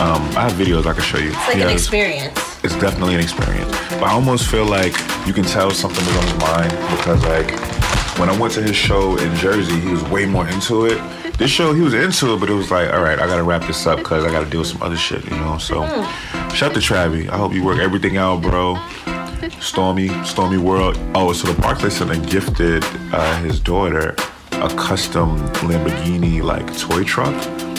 Speaker 1: um, I have videos I can show you.
Speaker 5: It's like
Speaker 1: He
Speaker 5: an
Speaker 1: has-
Speaker 5: experience.
Speaker 1: It's definitely an experience. But I almost feel like you can tell something was on his mind because like when I went to his show in Jersey, he was way more into it. This show, he was into it, but it was like, all right, I gotta wrap this up because I gotta deal with some other shit, you know. So, shout to Travi. I hope you work everything out, bro. Stormy, Stormy World. Oh, so the Barclays Center gifted uh, his daughter a custom Lamborghini like toy truck,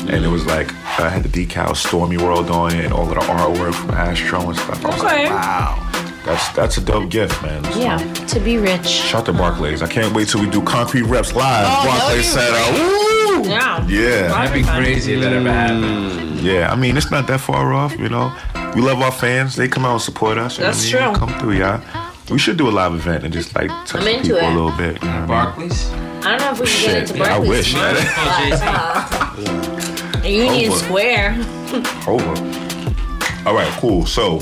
Speaker 1: and it was like I had the decal Stormy World on it and all of the artwork from Astro and stuff. I was
Speaker 5: Okay.
Speaker 1: like, wow, that's that's a dope gift, man. So,
Speaker 5: Yeah, to be rich.
Speaker 1: Shout to Barclays. I can't wait till we do concrete reps live.
Speaker 5: Oh, that would
Speaker 1: Barclays
Speaker 5: be
Speaker 1: Center. Woo!
Speaker 5: Yeah.
Speaker 1: Yeah.
Speaker 6: That'd be crazy if that ever happened.
Speaker 1: Yeah, I mean it's not that far off, you know. We love our fans; they come out and support us. you know
Speaker 5: That's
Speaker 1: what I mean?
Speaker 5: true.
Speaker 1: Come through, y'all. We should do a live event and just like touch
Speaker 5: I'm
Speaker 1: the
Speaker 5: into
Speaker 1: people a
Speaker 5: it.
Speaker 1: little bit. You know what I mean?
Speaker 6: Barclays?
Speaker 5: I don't know if we can get
Speaker 1: Shit,
Speaker 5: into
Speaker 1: yeah, I
Speaker 5: Barclays.
Speaker 1: wish.
Speaker 5: tomorrow, but, uh, Union
Speaker 1: Over.
Speaker 5: Square.
Speaker 1: Over. All right, cool. So,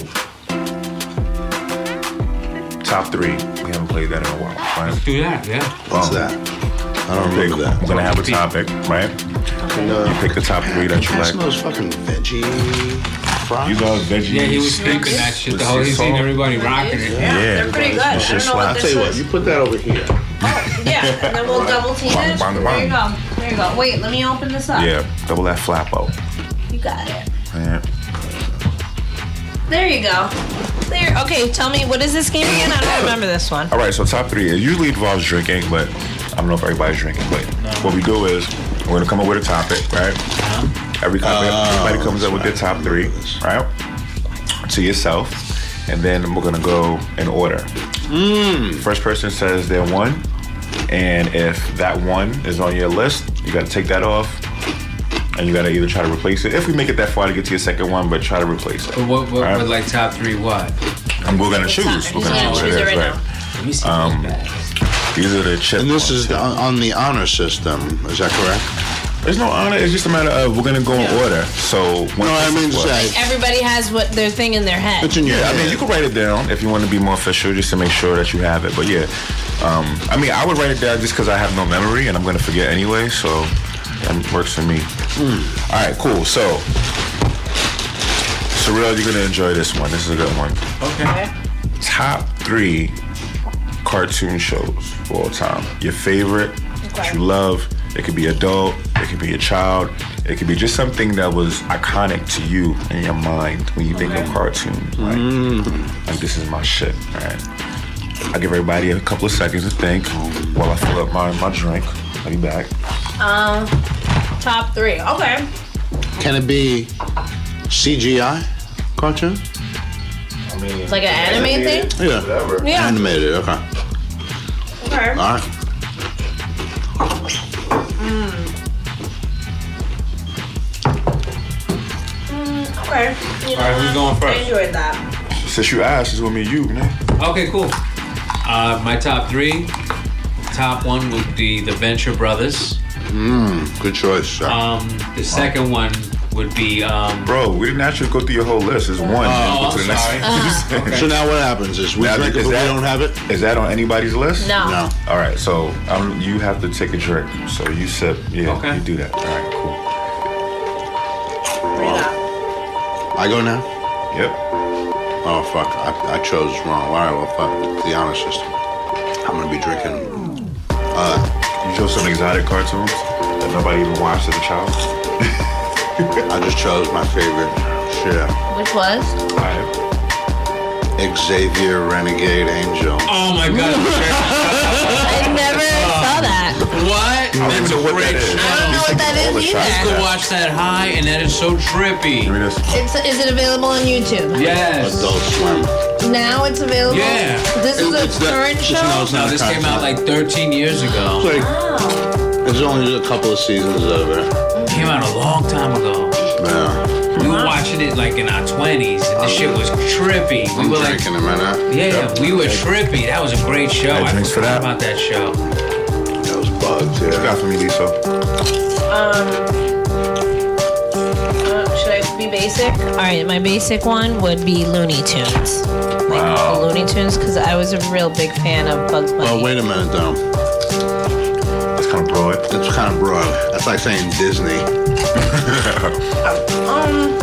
Speaker 1: top three. We haven't played that in a while. Right?
Speaker 6: Do that, yeah.
Speaker 4: What's
Speaker 1: Um,
Speaker 4: that? I don't
Speaker 1: Pick,
Speaker 4: remember
Speaker 1: we're
Speaker 4: that. uh,
Speaker 1: gonna have a topic, right? You pick the top three that you
Speaker 4: That's
Speaker 1: like.
Speaker 4: those fucking veggie fries.
Speaker 1: These are veggie
Speaker 6: Yeah, he was
Speaker 1: sticks
Speaker 6: thinking that shit
Speaker 1: with
Speaker 6: the whole. He's
Speaker 1: sea
Speaker 6: seen
Speaker 1: salt.
Speaker 6: everybody rocking it.
Speaker 1: Yeah,
Speaker 5: they're pretty good. I
Speaker 1: It's just
Speaker 5: don't know what
Speaker 1: like-
Speaker 5: this
Speaker 4: Tell you what,
Speaker 5: is.
Speaker 4: you put that over here.
Speaker 5: Yeah, and then we'll double team
Speaker 1: Bang,
Speaker 5: it.
Speaker 1: bang,
Speaker 5: There you go. There you go. Wait, let me open this up.
Speaker 1: Yeah, double that flappo.
Speaker 5: You got it.
Speaker 1: Yeah.
Speaker 5: There you go. There. Okay, tell me what is this game again? I don't remember this one.
Speaker 1: All right, so top three. It usually involves drinking, but I don't know if everybody's drinking. But what we do is we're gonna come up with a topic, right?
Speaker 6: Uh-huh.
Speaker 1: Every topic,
Speaker 6: Oh,
Speaker 1: everybody comes up with their top three, right? To yourself, and then we're gonna go in order.
Speaker 6: Hmm.
Speaker 1: First person says their one, and if that one is on your list, you gotta take that off, and you gotta either try to replace it. If we make it that far to get to your second one, but try to replace it.
Speaker 6: But what, what,
Speaker 1: Alright.
Speaker 6: what, like top three? What?
Speaker 1: And we're gonna choose. We're
Speaker 5: Yeah,
Speaker 1: gonna choose what
Speaker 5: choose
Speaker 1: it
Speaker 5: it
Speaker 1: is,
Speaker 5: right
Speaker 1: right?
Speaker 6: Let me see um, bags.
Speaker 1: These are the chips.
Speaker 4: And this is the, on the honor system. Is that correct?
Speaker 1: There's no honor. It's just a matter of we're gonna go in order. So when
Speaker 4: No, I mean, say,
Speaker 5: Everybody has what their thing in their head.
Speaker 4: it's in your
Speaker 1: yeah, I mean
Speaker 4: head.
Speaker 1: you can write it down if you want to be more official, just to make sure that you have it. But yeah, um, I mean I would write it down just because I have no memory and I'm gonna forget anyway. So that works for me.
Speaker 4: Hmm.
Speaker 1: All right, cool. So Surreal, you're gonna enjoy this one. This is a good one.
Speaker 6: Okay.
Speaker 1: Top three cartoon shows of all time. Your favorite, that you love. It could be adult, it could be a child, it could be just something that was iconic to you in your mind when you think of cartoons. Like,
Speaker 6: Mm.
Speaker 1: like this is my shit. All right. I'll give everybody a couple of seconds to think while I fill up my, my drink. I'll be back.
Speaker 5: Top three. Okay.
Speaker 4: Can it be CGI cartoon?
Speaker 1: I mean,
Speaker 5: Like an anime thing?
Speaker 4: Yeah.
Speaker 1: Whatever.
Speaker 5: Yeah.
Speaker 4: Animated, okay. All
Speaker 5: Okay.
Speaker 4: right.
Speaker 5: Okay. You know
Speaker 6: All right, who's
Speaker 5: what?
Speaker 6: going first?
Speaker 5: I enjoyed that.
Speaker 1: Since you asked, it's gonna be you, man.
Speaker 6: Okay, cool. Uh, my top three. Top one would be the Venture Brothers.
Speaker 4: Good choice, sir.
Speaker 6: Um, the second one would be um,
Speaker 1: Bro, we didn't actually go through your whole list. It's one.
Speaker 6: Oh,
Speaker 1: Go to
Speaker 6: I'm
Speaker 1: the
Speaker 6: sorry.
Speaker 1: next
Speaker 6: [LAUGHS]
Speaker 1: one.
Speaker 4: so now what happens is we
Speaker 1: Now,
Speaker 4: drink it,
Speaker 1: is
Speaker 4: but we
Speaker 1: that-
Speaker 4: don't have it?
Speaker 1: Is that on anybody's list?
Speaker 5: No.
Speaker 4: No.
Speaker 1: All right, so um, you have to take a drink. So you sip. Yeah,
Speaker 6: Okay.
Speaker 1: you do that. All right, cool.
Speaker 4: I go now?
Speaker 1: Yep.
Speaker 4: Oh, fuck. I, I chose wrong. All right, well, fuck. The honor system. I'm going to be drinking.
Speaker 1: You chose some exotic cartoons that nobody even watched as a child.
Speaker 4: I just chose my favorite shit.
Speaker 5: Which was?
Speaker 1: All right.
Speaker 4: Xavier Renegade Angel.
Speaker 6: Oh my
Speaker 1: [LAUGHS]
Speaker 6: god!
Speaker 5: I never saw that.
Speaker 6: what?
Speaker 1: I don't
Speaker 6: That's
Speaker 1: even know
Speaker 6: a
Speaker 1: what that
Speaker 6: great
Speaker 1: is.
Speaker 6: show.
Speaker 5: don't know what that is
Speaker 1: All the shots.
Speaker 5: either.
Speaker 6: You can watch that high, and that is so
Speaker 1: Give me
Speaker 6: trippy.
Speaker 1: this.
Speaker 5: It's, is it available on YouTube?
Speaker 6: Yes.
Speaker 4: Adult Swim.
Speaker 5: Now it's available?
Speaker 6: Yeah.
Speaker 5: This is
Speaker 4: It's
Speaker 5: a
Speaker 4: that-
Speaker 5: current
Speaker 4: it's
Speaker 5: show?
Speaker 4: not- it's
Speaker 6: No, this came out like 13 years ago.
Speaker 4: Like, there's only a couple of seasons of it.
Speaker 6: came out a long time ago.
Speaker 4: Yeah.
Speaker 6: We were watching it like in our 20s, and this shit was trippy. We
Speaker 4: I'm
Speaker 6: were like,
Speaker 4: drinking a minute.
Speaker 6: yeah, we were trippy. That was a great show. I
Speaker 1: drinks for
Speaker 6: forgot
Speaker 1: that.
Speaker 6: about that show.
Speaker 4: That was bugs,
Speaker 1: You got
Speaker 4: yeah.
Speaker 1: for me, Lisa.
Speaker 5: Uh, should I be basic. All right, my basic one would be Looney Tunes.
Speaker 1: Wow.
Speaker 5: The Looney Tunes, because I was a real big fan of Bugs Bunny.
Speaker 4: Well, wait a minute though.
Speaker 1: That's eh? kind of broad.
Speaker 4: That's kind of broad. That's like saying Disney.
Speaker 5: Um,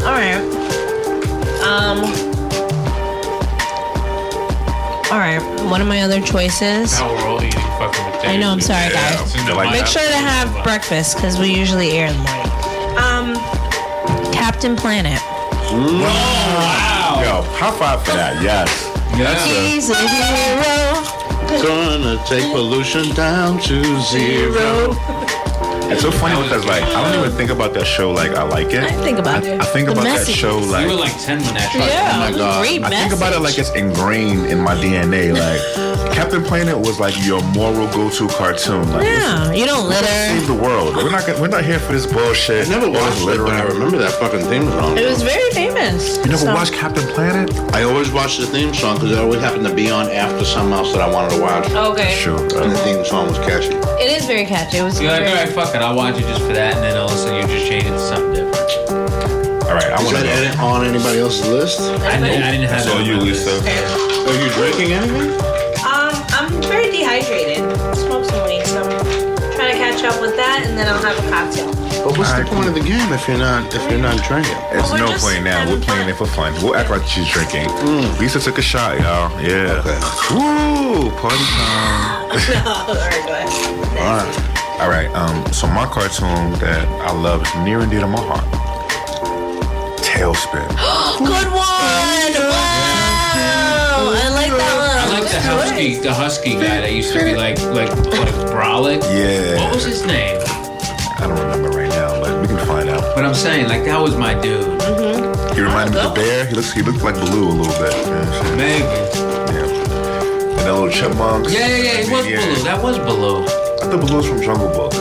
Speaker 5: all right. Um. All right. One of my other choices.
Speaker 7: Now we're all eating fucking potatoes.
Speaker 5: I know, I'm sorry, guys.
Speaker 7: It's in the
Speaker 1: They're like-
Speaker 7: lineup.
Speaker 5: Make sure to
Speaker 1: uh,
Speaker 5: have breakfast because we usually air in the morning. Um, Captain Planet.
Speaker 1: Yo, high five for that. Yes.
Speaker 6: Yeah.
Speaker 5: He's a
Speaker 1: Oh
Speaker 5: hero.
Speaker 4: Gonna take pollution down to zero.
Speaker 1: It's so funny because like I don't even think about that show like I like it.
Speaker 5: I think about
Speaker 1: I,
Speaker 5: it.
Speaker 1: I think
Speaker 5: The
Speaker 1: about that
Speaker 5: message.
Speaker 1: show like,
Speaker 6: You were like 10 when that shot.
Speaker 5: Yeah.
Speaker 4: my God.
Speaker 5: Great
Speaker 1: I
Speaker 5: message.
Speaker 1: think about it like it's ingrained in my DNA. Like [LAUGHS] Captain Planet was like your moral go-to cartoon. Like it's-
Speaker 5: Yeah. You don't
Speaker 1: save
Speaker 5: litter.
Speaker 1: the world. We're not we're not here for this bullshit.
Speaker 4: I never watched it, but I remember that fucking theme song.
Speaker 5: It was very famous.
Speaker 1: You never
Speaker 5: So-
Speaker 1: watched Captain Planet?
Speaker 4: I always watched the theme song because it always happened to be on after something else that I wanted to watch.
Speaker 5: Okay.
Speaker 1: Sure.
Speaker 4: And the
Speaker 1: Uh,
Speaker 4: theme song was catchy.
Speaker 5: It is very catchy. It was.
Speaker 6: You're like, all
Speaker 5: very-
Speaker 6: right, fuck it. I'll watch it just for that. And then all of a sudden you just change it to something different.
Speaker 1: all right, I
Speaker 4: Is
Speaker 1: want to
Speaker 4: that
Speaker 1: go.
Speaker 4: edit on anybody else's list?
Speaker 6: I, didn't- I didn't have
Speaker 1: That's
Speaker 6: that
Speaker 1: all
Speaker 6: on
Speaker 1: you,
Speaker 6: my list.
Speaker 1: Lisa.
Speaker 4: Are you drinking anything?
Speaker 3: Um, I'm very dehydrated. Smoked some weed, so I'm trying to catch up with that, and then I'll have a
Speaker 5: [LAUGHS]
Speaker 3: cocktail.
Speaker 4: But what's the
Speaker 1: Alright,
Speaker 4: point of the game if you're not if you're not drinking?
Speaker 1: It's
Speaker 3: We're
Speaker 1: no
Speaker 3: just
Speaker 1: play now. We're
Speaker 3: having
Speaker 1: playing
Speaker 3: fun.
Speaker 1: it for fun. We'll act like she's drinking. Lisa took a shot, y'all. Yeah.
Speaker 4: Mm. Okay.
Speaker 1: Woo! Party time.
Speaker 3: All right, go ahead.
Speaker 4: All right.
Speaker 1: All right. Um. So my cartoon that I love is near and dear to my heart. Tailspin.
Speaker 5: Good one. Wow. I like that
Speaker 6: I
Speaker 5: one.
Speaker 6: like the husky, the husky guy that used to be like, like, like brolic.
Speaker 1: Yeah.
Speaker 6: What was his name?
Speaker 1: I don't remember right now, but we can find out.
Speaker 6: But I'm saying, like, that was my dude.
Speaker 1: He reminded me of the bear. He looks. He looked like Blue a little bit.
Speaker 5: Mm-hmm.
Speaker 1: Yeah.
Speaker 6: Maybe.
Speaker 1: yeah. And that little chipmunk.
Speaker 6: Yeah, yeah, yeah. It was Baloo. That was Baloo.
Speaker 1: I thought Baloo was from Jungle Book.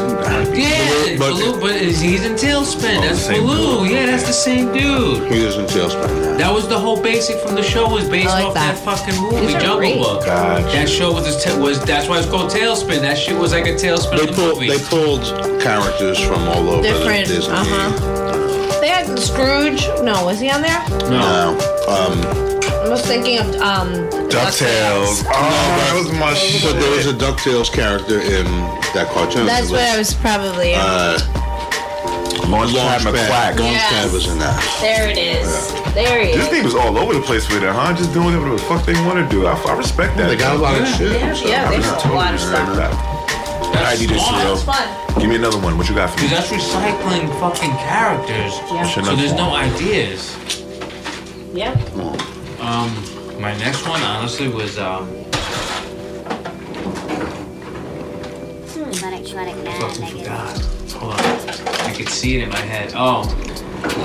Speaker 6: Yeah,
Speaker 4: but-
Speaker 6: Baloo, but is- he's in Tailspin.
Speaker 1: Oh, the
Speaker 6: that's
Speaker 1: same
Speaker 6: Baloo.
Speaker 1: dude.
Speaker 6: Yeah, that's the same dude.
Speaker 4: He is in tailspin now.
Speaker 6: That was the whole basic from the show was based
Speaker 5: I like
Speaker 6: off that.
Speaker 5: that.
Speaker 6: fucking movie
Speaker 5: These are
Speaker 6: Jungle
Speaker 5: great.
Speaker 6: Book.
Speaker 1: Gotcha.
Speaker 6: That show was, a ta- was that's why it's called Tailspin. That shit was like a Tailspin
Speaker 4: They
Speaker 6: of the
Speaker 4: pulled
Speaker 6: movie.
Speaker 4: they pulled characters from all over
Speaker 5: Different,
Speaker 4: the Disney.
Speaker 5: uh-huh. They had Scrooge. No, was he on there?
Speaker 6: no,
Speaker 4: Now, um,
Speaker 5: I was thinking of um.
Speaker 1: Ducktales. Oh, that was my
Speaker 4: but there was
Speaker 1: shit.
Speaker 4: a Ducktales character in that cartoon.
Speaker 5: That's what I was probably.
Speaker 4: Uh,
Speaker 1: Launchpad
Speaker 4: Launchpad.
Speaker 1: McQuack.
Speaker 4: Launchpad
Speaker 5: Yes.
Speaker 4: was in that.
Speaker 5: there it is. There he
Speaker 1: This
Speaker 5: is.
Speaker 1: thing was all over the place with it, huh? Just doing whatever the fuck they want to do. I, I respect that.
Speaker 4: They got a lot of shit. so-
Speaker 5: yeah, they got a lot of
Speaker 1: Respect
Speaker 5: stuff.
Speaker 1: that. All right, DJ
Speaker 5: That's
Speaker 1: Surreal.
Speaker 5: fun.
Speaker 1: Give me another one. What you got for me?
Speaker 6: because that's recycling fucking characters.
Speaker 5: Yeah.
Speaker 1: What's your
Speaker 6: So
Speaker 1: next
Speaker 6: there's no
Speaker 1: one?
Speaker 6: ideas.
Speaker 5: Yeah.
Speaker 6: Um, my next one honestly was um,
Speaker 8: Hmm, Electronic
Speaker 6: fucking
Speaker 8: man, nigga.
Speaker 6: forgot. Hold on, I could see it in my head. Oh,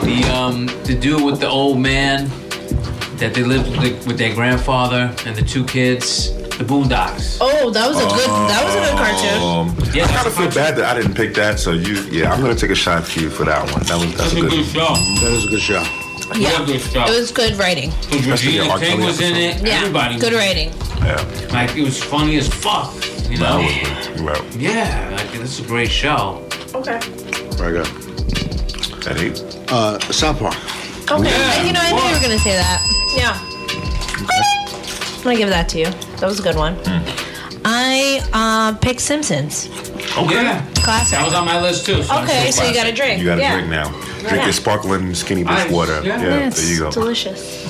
Speaker 6: the um, the dude with the old man that they lived with, the, with their grandfather and the two kids, the Boondocks.
Speaker 5: Oh, that was a good. That was a good cartoon.
Speaker 1: Um,
Speaker 6: Yeah,
Speaker 1: I kind of
Speaker 6: that's a
Speaker 1: feel
Speaker 6: cartoon.
Speaker 1: bad that I didn't pick that. So you, yeah, I'm gonna take a shot for you for that one. That was that's a good.
Speaker 6: show.
Speaker 4: That is a good show.
Speaker 5: Yeah.
Speaker 6: good show.
Speaker 5: It was good writing.
Speaker 6: Because
Speaker 1: Especially
Speaker 6: Regina
Speaker 1: R.
Speaker 6: King
Speaker 1: Kelly
Speaker 6: was in it.
Speaker 1: episode.
Speaker 5: Yeah.
Speaker 6: Everybody.
Speaker 5: Good
Speaker 6: was-
Speaker 5: writing.
Speaker 1: Yeah,
Speaker 6: Like it was funny as fuck. You know.
Speaker 1: that was. Well,
Speaker 6: Yeah, like this is a great show.
Speaker 3: Okay.
Speaker 4: Very good.
Speaker 1: that eight.
Speaker 4: Uh, South Park.
Speaker 5: Okay. And, you know, I knew you
Speaker 6: Fuck.
Speaker 5: were gonna say that. Yeah. I'm gonna give that to you. That was a good one.
Speaker 1: Hmm.
Speaker 5: I uh, picked Simpsons.
Speaker 6: Yeah,
Speaker 5: Classic.
Speaker 6: that was on my list too. so I said
Speaker 5: Okay, so you
Speaker 6: classic.
Speaker 5: got a drink.
Speaker 1: You got to
Speaker 5: yeah.
Speaker 1: drink now. Drink your sparkling skinny bush
Speaker 6: Ice,
Speaker 1: water.
Speaker 6: yeah.
Speaker 1: Yeah, there you go. Um,
Speaker 5: Delicious.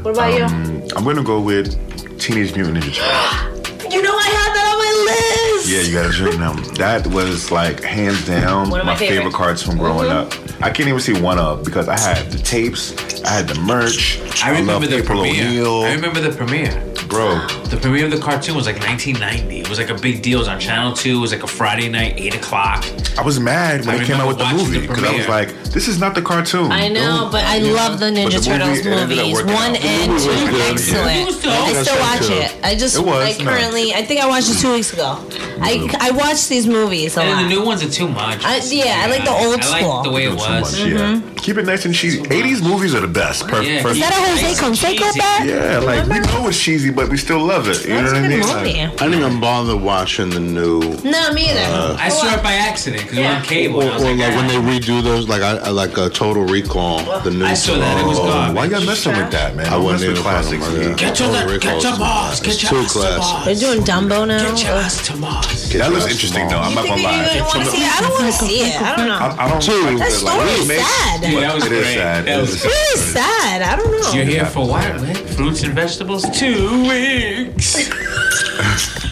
Speaker 5: What about
Speaker 1: I'm gonna go with Teenage Mutant Ninja Turtles.
Speaker 5: you? You know I had that on my list.
Speaker 1: yeah, you gotta drink now. That was like hands down
Speaker 5: One of my Mm-hmm.
Speaker 1: my favorite.
Speaker 5: favorite.
Speaker 1: cards from growing up. I can't even see one of because I had the tapes, I had the merch.
Speaker 6: I remember
Speaker 1: loved
Speaker 6: the
Speaker 1: April
Speaker 6: premiere.
Speaker 1: O'Neil.
Speaker 6: I remember the premiere.
Speaker 1: bro.
Speaker 6: The premiere of the cartoon was like 1990. It was like a big deal. It was on Channel 2. It was like a Friday night, 8 o'clock.
Speaker 1: I was mad when
Speaker 6: I
Speaker 1: it came out
Speaker 6: remember
Speaker 1: with the
Speaker 6: watching
Speaker 1: movie
Speaker 6: the
Speaker 1: because I was
Speaker 6: premiere.
Speaker 1: like, this is not the cartoon.
Speaker 5: I know,
Speaker 1: Don't-
Speaker 5: but I love the
Speaker 1: But
Speaker 5: Ninja
Speaker 1: the
Speaker 5: Turtles
Speaker 1: movie ended up
Speaker 5: movies.
Speaker 1: working
Speaker 5: One
Speaker 1: out. The
Speaker 5: and
Speaker 1: movie
Speaker 5: two,
Speaker 1: was good, yeah.
Speaker 5: excellent.
Speaker 6: It was dope.
Speaker 5: I still
Speaker 1: It was
Speaker 5: watch
Speaker 1: good.
Speaker 5: it. I just,
Speaker 1: It was, Mm.
Speaker 5: I
Speaker 1: no.
Speaker 5: currently, I think I watched it two weeks ago. I, I watch these movies a
Speaker 6: And then the
Speaker 5: lot.
Speaker 6: new ones are too much.
Speaker 5: I- yeah, I like the old
Speaker 6: I
Speaker 5: school.
Speaker 6: like the way it
Speaker 1: Too
Speaker 6: was.
Speaker 1: much, yeah. Keep it nice and cheesy. 80s movies are the best. Perfect.
Speaker 6: Yeah,
Speaker 1: perfect.
Speaker 5: Is that a Jose Canseco
Speaker 6: Cheesy.
Speaker 5: bag?
Speaker 1: Yeah, like we know it's cheesy, but we still love it. You know
Speaker 5: That's
Speaker 1: what
Speaker 5: a
Speaker 1: I mean? Uh,
Speaker 5: good
Speaker 1: Like,
Speaker 5: movie.
Speaker 4: I didn't even bother watching the new.
Speaker 5: No, me either.
Speaker 6: I saw it by accident because it was on
Speaker 4: Or,
Speaker 6: cable.
Speaker 4: or
Speaker 6: and I was
Speaker 4: like,
Speaker 6: like,
Speaker 4: when
Speaker 6: ah.
Speaker 4: they redo those, like I, I like a Total Recall, the new
Speaker 6: I saw that. It was
Speaker 4: song.
Speaker 6: garbage.
Speaker 1: Why y'all messing with that, man?
Speaker 4: I
Speaker 1: Don't
Speaker 4: wasn't
Speaker 1: mess with
Speaker 4: even fucking
Speaker 1: classics.
Speaker 4: with
Speaker 1: dude.
Speaker 4: that.
Speaker 6: Get your,
Speaker 4: Totally
Speaker 6: get
Speaker 4: Recall's
Speaker 6: your bars.
Speaker 4: classic.
Speaker 6: Get your
Speaker 4: Two
Speaker 6: ass to
Speaker 4: classics.
Speaker 6: bars.
Speaker 5: They're doing Dumbo now.
Speaker 6: Get your
Speaker 5: Ugh.
Speaker 6: ass to bars.
Speaker 1: That
Speaker 4: Get
Speaker 1: looks
Speaker 4: your
Speaker 1: interesting,
Speaker 4: small.
Speaker 1: though. I'm
Speaker 3: You
Speaker 1: not
Speaker 3: think
Speaker 1: gonna
Speaker 3: that you
Speaker 1: lie.
Speaker 3: even want to see it? I don't want to see it. I don't know.
Speaker 1: I don't. That
Speaker 4: Two. That
Speaker 3: story is sad.
Speaker 6: Yeah, that was
Speaker 1: It is
Speaker 6: great.
Speaker 1: sad.
Speaker 6: That
Speaker 1: It
Speaker 6: was
Speaker 1: is
Speaker 6: great.
Speaker 3: It's sad. I don't know.
Speaker 6: You're here for what? What? Fruits and vegetables? Two weeks.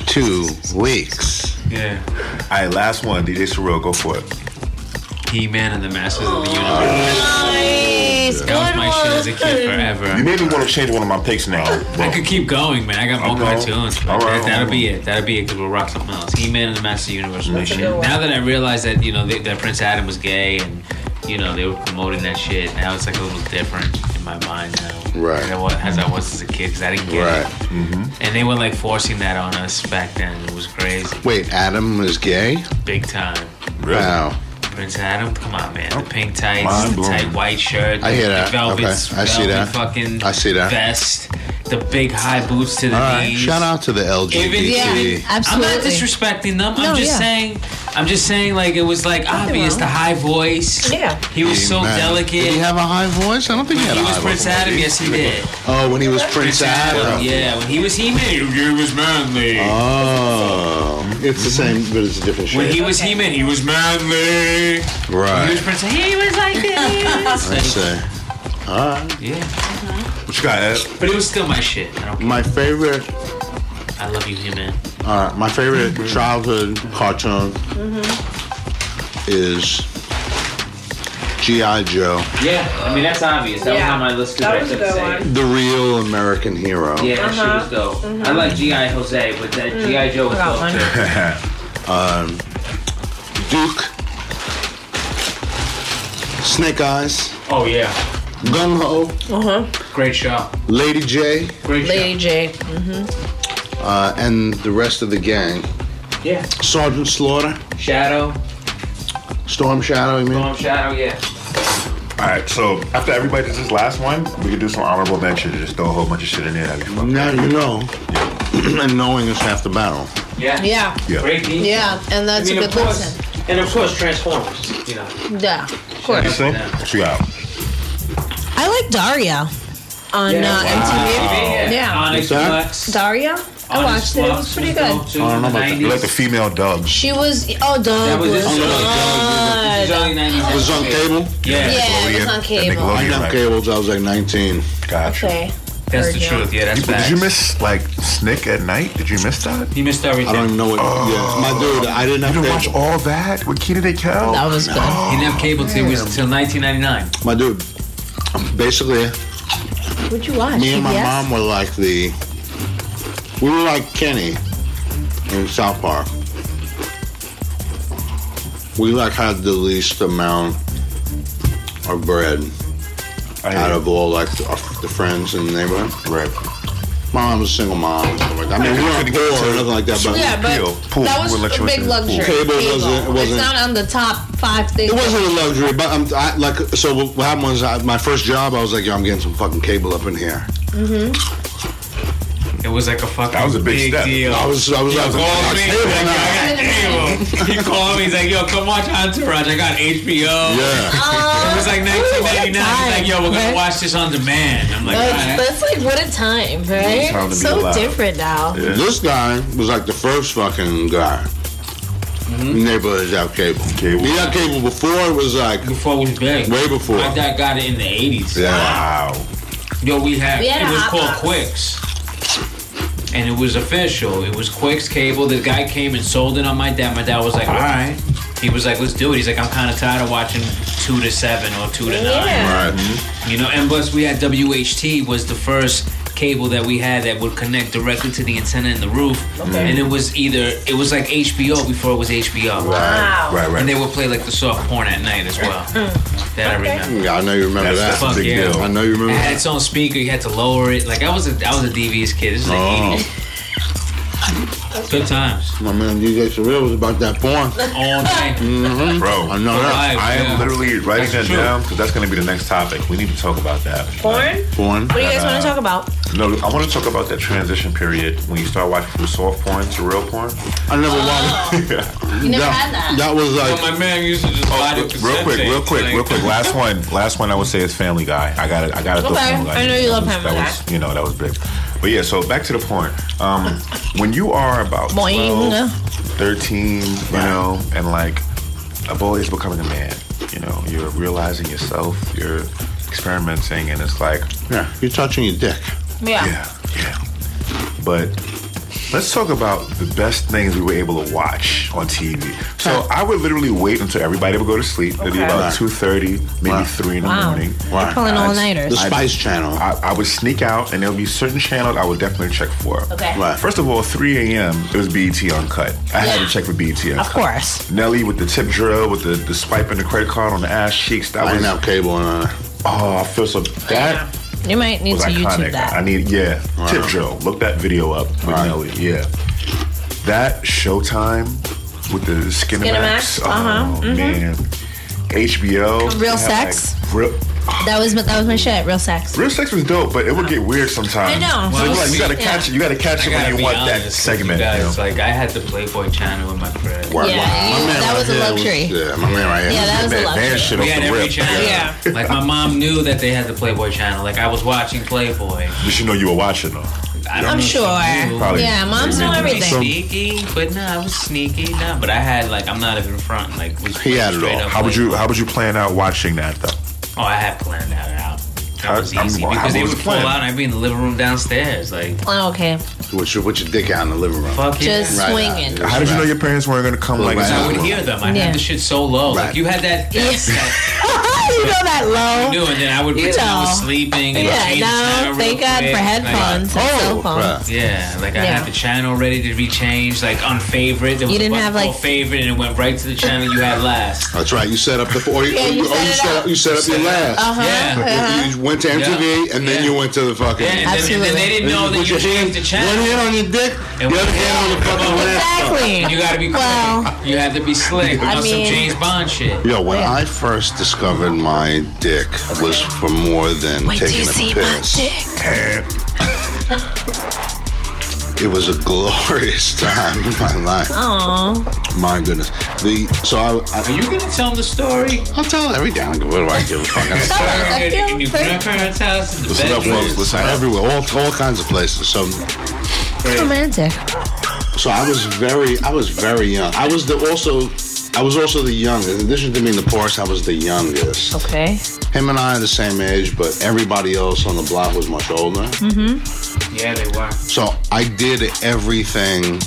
Speaker 4: Two weeks.
Speaker 6: yeah.
Speaker 1: All right, last one. DJ Sherrill, go for it.
Speaker 6: He Man and the Masters of the Universe.
Speaker 3: Nice.
Speaker 6: That was my shit as a kid
Speaker 1: You
Speaker 6: forever.
Speaker 1: made me want to change one of my picks now.
Speaker 6: I could keep going, man. I got more
Speaker 1: Okay.
Speaker 6: cartoons. but
Speaker 1: All right.
Speaker 6: that, that'll be it. That'll be it because we'll rock something else. He Man and the Master of the Universe. was my
Speaker 3: That's a
Speaker 6: shit.
Speaker 3: good one.
Speaker 6: Now that I realize that, you know, that, that Prince Adam was gay and, you know, they were promoting that shit, now it's like a little different in my mind now.
Speaker 4: Right.
Speaker 6: As I was, as I was as a kid because I didn't get
Speaker 4: Right. Mm-hmm.
Speaker 6: it. And they were like forcing that on us back then. It was crazy.
Speaker 4: Wait, Adam was gay?
Speaker 6: Big time.
Speaker 1: Really?
Speaker 4: Wow.
Speaker 6: Prince Adam, come on, man. The pink tights,
Speaker 1: Mind
Speaker 6: the
Speaker 1: blown.
Speaker 6: tight white shirt,
Speaker 4: I hear
Speaker 6: the
Speaker 4: that.
Speaker 6: velvet,
Speaker 4: Okay. I see
Speaker 6: velvet
Speaker 4: that.
Speaker 6: fucking
Speaker 4: I see that.
Speaker 6: vest, the big high boots to the
Speaker 4: All right.
Speaker 6: knees.
Speaker 4: Shout out to the LGBT.
Speaker 5: Yeah, absolutely.
Speaker 6: I'm not disrespecting them.
Speaker 5: No,
Speaker 6: I'm just
Speaker 5: yeah.
Speaker 6: saying. I'm just saying, like it was like obvious the high voice.
Speaker 3: Yeah.
Speaker 6: he was so
Speaker 4: Amen.
Speaker 6: delicate.
Speaker 4: Did he have a high voice? I don't think he had
Speaker 6: he
Speaker 4: a high
Speaker 6: was Prince
Speaker 4: voice.
Speaker 6: Adam. Yes, he did.
Speaker 4: Oh, when he was Prince Adam.
Speaker 6: Yeah, when he was He-Man, he was manly.
Speaker 4: Oh. It's the same, but it's a different
Speaker 6: when
Speaker 4: shade.
Speaker 6: he was He-Man, he was manly. When he was
Speaker 4: right.
Speaker 6: Prince, he was like this.
Speaker 5: [LAUGHS]
Speaker 4: I say. All right.
Speaker 6: yeah.
Speaker 1: What you got, Ed?
Speaker 6: But it was still my shit. I, don't,
Speaker 4: My favorite,
Speaker 6: I love you, He Man.
Speaker 4: uh, my favorite childhood cartoon Mm-hmm. is G.I. Joe,
Speaker 6: Yeah, I mean, that's obvious. That
Speaker 3: Yeah.
Speaker 6: was on my list
Speaker 3: That was
Speaker 6: because I
Speaker 3: a
Speaker 6: could
Speaker 3: good
Speaker 6: say.
Speaker 3: one. Uh-huh.
Speaker 4: the real American hero.
Speaker 6: Yeah, that shit was dope.
Speaker 3: Mm-hmm.
Speaker 6: I like G.I. Jose, but that
Speaker 3: Mm.
Speaker 6: G.I. Joe was
Speaker 3: Got one.
Speaker 6: dope too.
Speaker 4: Duke, Snake Eyes,
Speaker 6: Oh, yeah.
Speaker 4: Gung Ho,
Speaker 6: Great show.
Speaker 4: Lady J,
Speaker 6: Great
Speaker 3: Lady J.
Speaker 4: uh, and the rest of the gang.
Speaker 6: show. Yeah.
Speaker 4: Sergeant Slaughter,
Speaker 6: Shadow.
Speaker 4: Storm Shadow, I mean.
Speaker 6: Storm Shadow, yeah.
Speaker 1: [LAUGHS] All right, so after everybody does this last one, we can do some honorable mentions. Just throw a whole bunch of shit in there. That'd be fun.
Speaker 4: Now you know, [CLEARS THROAT] and knowing is half the battle.
Speaker 6: Yeah.
Speaker 5: Yeah.
Speaker 1: Yeah.
Speaker 6: Great beat.
Speaker 5: Yeah, and
Speaker 6: I
Speaker 5: that's
Speaker 6: mean,
Speaker 5: a
Speaker 6: of
Speaker 5: good
Speaker 6: course.
Speaker 5: lesson.
Speaker 6: And of course, Transformers. You know. Uh,
Speaker 5: Yeah, of course.
Speaker 1: You see?
Speaker 6: Yeah.
Speaker 1: What you got?
Speaker 5: I like Daria on
Speaker 6: Yeah.
Speaker 5: uh, MTV. Yeah.
Speaker 6: Onyx
Speaker 4: What's that?
Speaker 6: Flux.
Speaker 5: Daria? I watched it. It was pretty good.
Speaker 6: I don't know about that.
Speaker 1: You like the female dog.
Speaker 5: She was. Oh, Daria.
Speaker 6: That was
Speaker 5: was
Speaker 6: his
Speaker 5: good.
Speaker 4: It was on cable.
Speaker 6: Yeah.
Speaker 5: Yeah, it was on cable.
Speaker 4: I got
Speaker 1: cable.
Speaker 4: cable till I was like 19.
Speaker 1: Gotcha.
Speaker 5: Okay.
Speaker 6: That's the truth. Yeah, that's
Speaker 1: You- Did you
Speaker 6: facts.
Speaker 1: miss like Snick at night? Did you miss that?
Speaker 6: He missed everything.
Speaker 4: I don't even know what. Yeah, my dude, I Oh. didn't
Speaker 1: You didn't
Speaker 4: have cable.
Speaker 1: watch all that with Keita and Kel?
Speaker 5: That was good.
Speaker 6: He didn't have
Speaker 5: Oh,
Speaker 6: cable till he was until 1999.
Speaker 4: My dude, basically,
Speaker 5: What'd you watch?
Speaker 4: me and my
Speaker 5: PBS?
Speaker 4: mom were like the. We were like Kenny in South Park. We like had the least amount of bread
Speaker 1: I
Speaker 4: out
Speaker 1: hear
Speaker 4: of all like the, the friends in the neighborhood.
Speaker 1: you. right.
Speaker 4: My mom was a single mom. and stuff like that. I mean, we weren't poor or nothing like that, but
Speaker 5: Yeah, but
Speaker 1: Pool. Pool.
Speaker 5: that was
Speaker 1: We'll let you
Speaker 5: a big
Speaker 1: into the pool.
Speaker 5: luxury.
Speaker 4: Cable wasn't- it wasn't-
Speaker 5: It's not on the top five things.
Speaker 4: It wasn't a luxury, but I'm I, like. So what what happened was, I, my first job, I was like, "Yo, I'm getting some fucking cable up in here."
Speaker 6: It was like a fucking
Speaker 1: That was a big step.
Speaker 6: deal.
Speaker 4: I was, I was
Speaker 6: He
Speaker 4: like,
Speaker 6: called me. he's like,
Speaker 4: "Yeah,
Speaker 6: "Yo, I got cable." He called me. He's like, "Yo, come watch Entourage. I got HBO."
Speaker 4: yeah."
Speaker 6: It was like 1999. He's like, "Yo, we're gonna
Speaker 5: Right.
Speaker 6: watch this on demand." I'm like, "All
Speaker 5: That's,
Speaker 6: right."
Speaker 5: that's like what a time,
Speaker 1: What a time
Speaker 5: right?
Speaker 1: to be
Speaker 5: So
Speaker 1: alive.
Speaker 5: different now.
Speaker 1: Yeah.
Speaker 4: This guy was like the first fucking guy. Neighborhoods out cable.
Speaker 1: Cable.
Speaker 4: He got cable before it was like
Speaker 6: Before we was big.
Speaker 4: way before.
Speaker 6: My dad got it in the 80s.
Speaker 4: Yeah.
Speaker 1: Wow.
Speaker 6: Yo, we had,
Speaker 5: We had
Speaker 6: it
Speaker 5: a
Speaker 6: was
Speaker 5: hot
Speaker 6: called
Speaker 5: box.
Speaker 6: Quicks. And it was official. It was Quicks cable. The guy came and sold it on my dad. My dad was like, all right. He was like, let's do it. He's like, I'm kind of tired of watching two to seven or two to nine.
Speaker 3: Yeah.
Speaker 4: Right.
Speaker 6: You know, and plus we had WHT was the first cable that we had that would connect directly to the antenna in the roof. And it was either, it was like HBO before it was HBO.
Speaker 1: Right. Right. Hmm. Right.
Speaker 6: And they would play like the soft porn at night as well. that I remember.
Speaker 4: Yeah, I know you remember
Speaker 1: That's-
Speaker 4: that.
Speaker 1: that's a big
Speaker 6: Fuck yeah.
Speaker 1: deal.
Speaker 4: I know you remember
Speaker 6: It had
Speaker 4: that.
Speaker 6: its own speaker. You had to lower it. Like I was a I was a devious kid. This is like
Speaker 4: Oh.
Speaker 6: 80s. Good times.
Speaker 4: My man DJ Surreal was about that porn.
Speaker 1: Hmm.
Speaker 6: All day.
Speaker 1: Bro,
Speaker 4: I know that
Speaker 6: Right.
Speaker 1: I am
Speaker 6: Yeah.
Speaker 1: literally writing
Speaker 6: That's
Speaker 1: that
Speaker 6: true.
Speaker 1: down because that's going to be the next topic. We need to talk about that.
Speaker 3: Porn?
Speaker 4: porn.
Speaker 3: What do you guys want to talk about?
Speaker 1: No, I want to talk about that transition period when you start watching from soft porn to real porn.
Speaker 4: I never watched.
Speaker 5: You never
Speaker 4: that,
Speaker 5: had that.
Speaker 4: that was like.
Speaker 6: But my man used to just buy the cassette
Speaker 1: Oh, Real quick, real
Speaker 6: tapes,
Speaker 1: quick,
Speaker 6: like-
Speaker 1: real quick. Last one, last one. I would say is Family Guy. I got it. I got to throw
Speaker 5: Okay,
Speaker 1: Family Guy.
Speaker 5: I
Speaker 1: in
Speaker 5: know
Speaker 1: there.
Speaker 5: you love
Speaker 1: That was-
Speaker 5: Family
Speaker 1: That was, you know, that was big. But yeah, so back to the point. Um, when you are about
Speaker 5: Boing.
Speaker 1: 12, 13, you know, and like a boy is becoming a man. You know, you're realizing yourself. You're experimenting, and it's like,
Speaker 4: Yeah, you're touching your dick.
Speaker 5: Yeah.
Speaker 1: yeah, yeah. But let's talk about the best things we were able to watch on TV. So I would literally wait until everybody would go to sleep. It'd be
Speaker 3: Okay.
Speaker 1: about
Speaker 4: Right.
Speaker 1: two thirty, maybe
Speaker 4: Wow.
Speaker 1: three in the
Speaker 5: Wow.
Speaker 1: morning.
Speaker 4: Wow.
Speaker 5: You're pulling
Speaker 1: I-
Speaker 5: all nighters.
Speaker 4: The Spice Channel.
Speaker 1: I, I would sneak out, and there'll be certain channels I would definitely check for.
Speaker 5: Okay.
Speaker 4: Right.
Speaker 1: First of all, 3 a.m. It was BET Uncut. I had
Speaker 5: Yeah.
Speaker 1: to check for BET Uncut.
Speaker 5: Of course.
Speaker 1: Nelly with the tip drill, with the, the swiping the credit card on the ass cheeks. That
Speaker 4: I
Speaker 1: was
Speaker 4: didn't have cable and uh,
Speaker 1: oh, I feel so that
Speaker 5: You might need
Speaker 1: was
Speaker 5: to YouTube
Speaker 1: iconic. I
Speaker 5: that.
Speaker 1: need yeah.
Speaker 4: Wow.
Speaker 1: Tip drill. Look that video up with
Speaker 4: Wow.
Speaker 1: Nelly. Yeah. That Showtime with the
Speaker 3: Skinamax,
Speaker 1: Skinamax. Oh
Speaker 3: uh-huh,
Speaker 1: man. HBO.
Speaker 5: mm-hmm. Real
Speaker 1: They had, like,
Speaker 5: Sex?
Speaker 1: real,
Speaker 5: That was my- that was my shit. Real sex.
Speaker 1: real sex was dope, but it would get weird sometimes.
Speaker 5: I know.
Speaker 1: So
Speaker 6: Well,
Speaker 1: it's like,
Speaker 6: we-
Speaker 1: you gotta catch it. You gotta catch it
Speaker 6: I gotta
Speaker 1: when
Speaker 6: be
Speaker 1: you want
Speaker 6: honest
Speaker 1: that
Speaker 6: with
Speaker 1: segment.
Speaker 6: You
Speaker 1: you
Speaker 6: guys,
Speaker 1: know?
Speaker 6: like I had the Playboy channel in my crib.
Speaker 1: Wow.
Speaker 5: Yeah,
Speaker 4: my
Speaker 5: you-
Speaker 4: man
Speaker 5: that
Speaker 4: right
Speaker 5: was a
Speaker 4: here
Speaker 5: luxury.
Speaker 4: yeah, my man right here.
Speaker 5: Yeah, that was a
Speaker 1: Man,
Speaker 5: luxury.
Speaker 1: man shit
Speaker 6: We
Speaker 1: off
Speaker 6: had
Speaker 1: the
Speaker 6: every
Speaker 1: rip.
Speaker 6: channel.
Speaker 5: Yeah.
Speaker 6: Like my mom knew that they had the Playboy channel. Like I was watching Playboy.
Speaker 1: You should know you were watching though.
Speaker 6: I don't
Speaker 5: I'm
Speaker 6: know if
Speaker 5: sure.
Speaker 6: she knew.
Speaker 1: Probably.
Speaker 5: Yeah, moms know
Speaker 1: Maybe.
Speaker 5: everything.
Speaker 6: Sneaky, but no, I was sneaky. No, but I had like I'm not even front. Like was
Speaker 4: He had it
Speaker 6: straight
Speaker 4: all.
Speaker 6: up
Speaker 1: How would you
Speaker 6: Playboy.
Speaker 1: How would you plan out watching that though?
Speaker 6: Oh, I had planned that out.
Speaker 1: How-
Speaker 6: That was
Speaker 1: I'm-
Speaker 6: easy
Speaker 1: how
Speaker 6: because they
Speaker 1: was
Speaker 6: would
Speaker 1: it
Speaker 6: pull
Speaker 1: planned?
Speaker 6: out and I'd be in the living room downstairs. Like
Speaker 5: Oh, okay. [LAUGHS]
Speaker 4: With your, with your dick out in the living room.
Speaker 6: fuck yeah.
Speaker 5: Just- Swinging.
Speaker 4: out.
Speaker 1: How did you know your parents weren't gonna come like
Speaker 4: Right.
Speaker 6: I
Speaker 1: that?
Speaker 6: would hear them. I
Speaker 5: Yeah.
Speaker 6: had the shit so low.
Speaker 4: Right.
Speaker 6: Like you had that.
Speaker 5: Yeah.
Speaker 6: that- that
Speaker 5: you know that low.
Speaker 6: knew, and then I would pretend I was
Speaker 5: [LAUGHS] know.
Speaker 6: sleeping. And
Speaker 5: Yeah,
Speaker 6: change the
Speaker 5: no.
Speaker 6: channel real
Speaker 5: Thank God
Speaker 6: quick.
Speaker 5: for headphones
Speaker 4: Oh,
Speaker 5: and cell phones.
Speaker 4: right.
Speaker 6: Like, yeah, like I
Speaker 5: Yeah.
Speaker 6: had the channel ready to be changed, like on favorite. There was
Speaker 5: You didn't
Speaker 6: a button
Speaker 5: have, like-
Speaker 6: called favorite, and it went right to the channel you had
Speaker 5: [LAUGHS]
Speaker 6: last.
Speaker 4: That's right. You set up the or you,
Speaker 5: Yeah, you
Speaker 4: or
Speaker 5: set
Speaker 4: you
Speaker 5: it
Speaker 4: set
Speaker 5: up.
Speaker 4: up you set up your last.
Speaker 5: Uh-huh.
Speaker 6: Yeah.
Speaker 5: uh-huh.
Speaker 4: You went to MTV and then
Speaker 6: Yeah.
Speaker 4: you went to the fucking.
Speaker 6: Yeah, and then, and then they didn't know that
Speaker 4: Put
Speaker 6: you
Speaker 4: your hand,
Speaker 6: changed the channel.
Speaker 4: One hand on your dick, the
Speaker 6: And
Speaker 4: other
Speaker 6: one-
Speaker 4: hand on the fucking last.
Speaker 5: Exactly.
Speaker 6: You gotta be quick.
Speaker 5: Well.
Speaker 6: you have to be slick.
Speaker 5: I
Speaker 6: on some
Speaker 5: mean-
Speaker 6: James Bond shit.
Speaker 4: Yo, when I first discovered my dick was for more than
Speaker 5: Wait, do
Speaker 4: taking
Speaker 5: you
Speaker 4: a
Speaker 5: see my
Speaker 4: piss.
Speaker 5: dick?
Speaker 4: It was a glorious [LAUGHS] time in my life.
Speaker 5: Aw.
Speaker 4: My goodness. The so I, I
Speaker 6: Are you gonna tell them the story?
Speaker 4: I'll tell every damn. What do I give
Speaker 6: [LAUGHS]
Speaker 4: a fuck? I
Speaker 5: Tell us, I
Speaker 6: In your- in your
Speaker 5: feel free.
Speaker 6: grandparents' house, in the
Speaker 4: Listen up,
Speaker 6: bedroom.
Speaker 4: folks. Listen everywhere, all, all kinds of places. So,
Speaker 5: romantic.
Speaker 4: so I was very, I was very young. I was the also, I was also the youngest. In addition to being the poorest, I was the youngest.
Speaker 5: Okay.
Speaker 4: Him and I are the same age, but everybody else on the block was much older.
Speaker 5: Hmm.
Speaker 6: Yeah, they were.
Speaker 4: So I did everything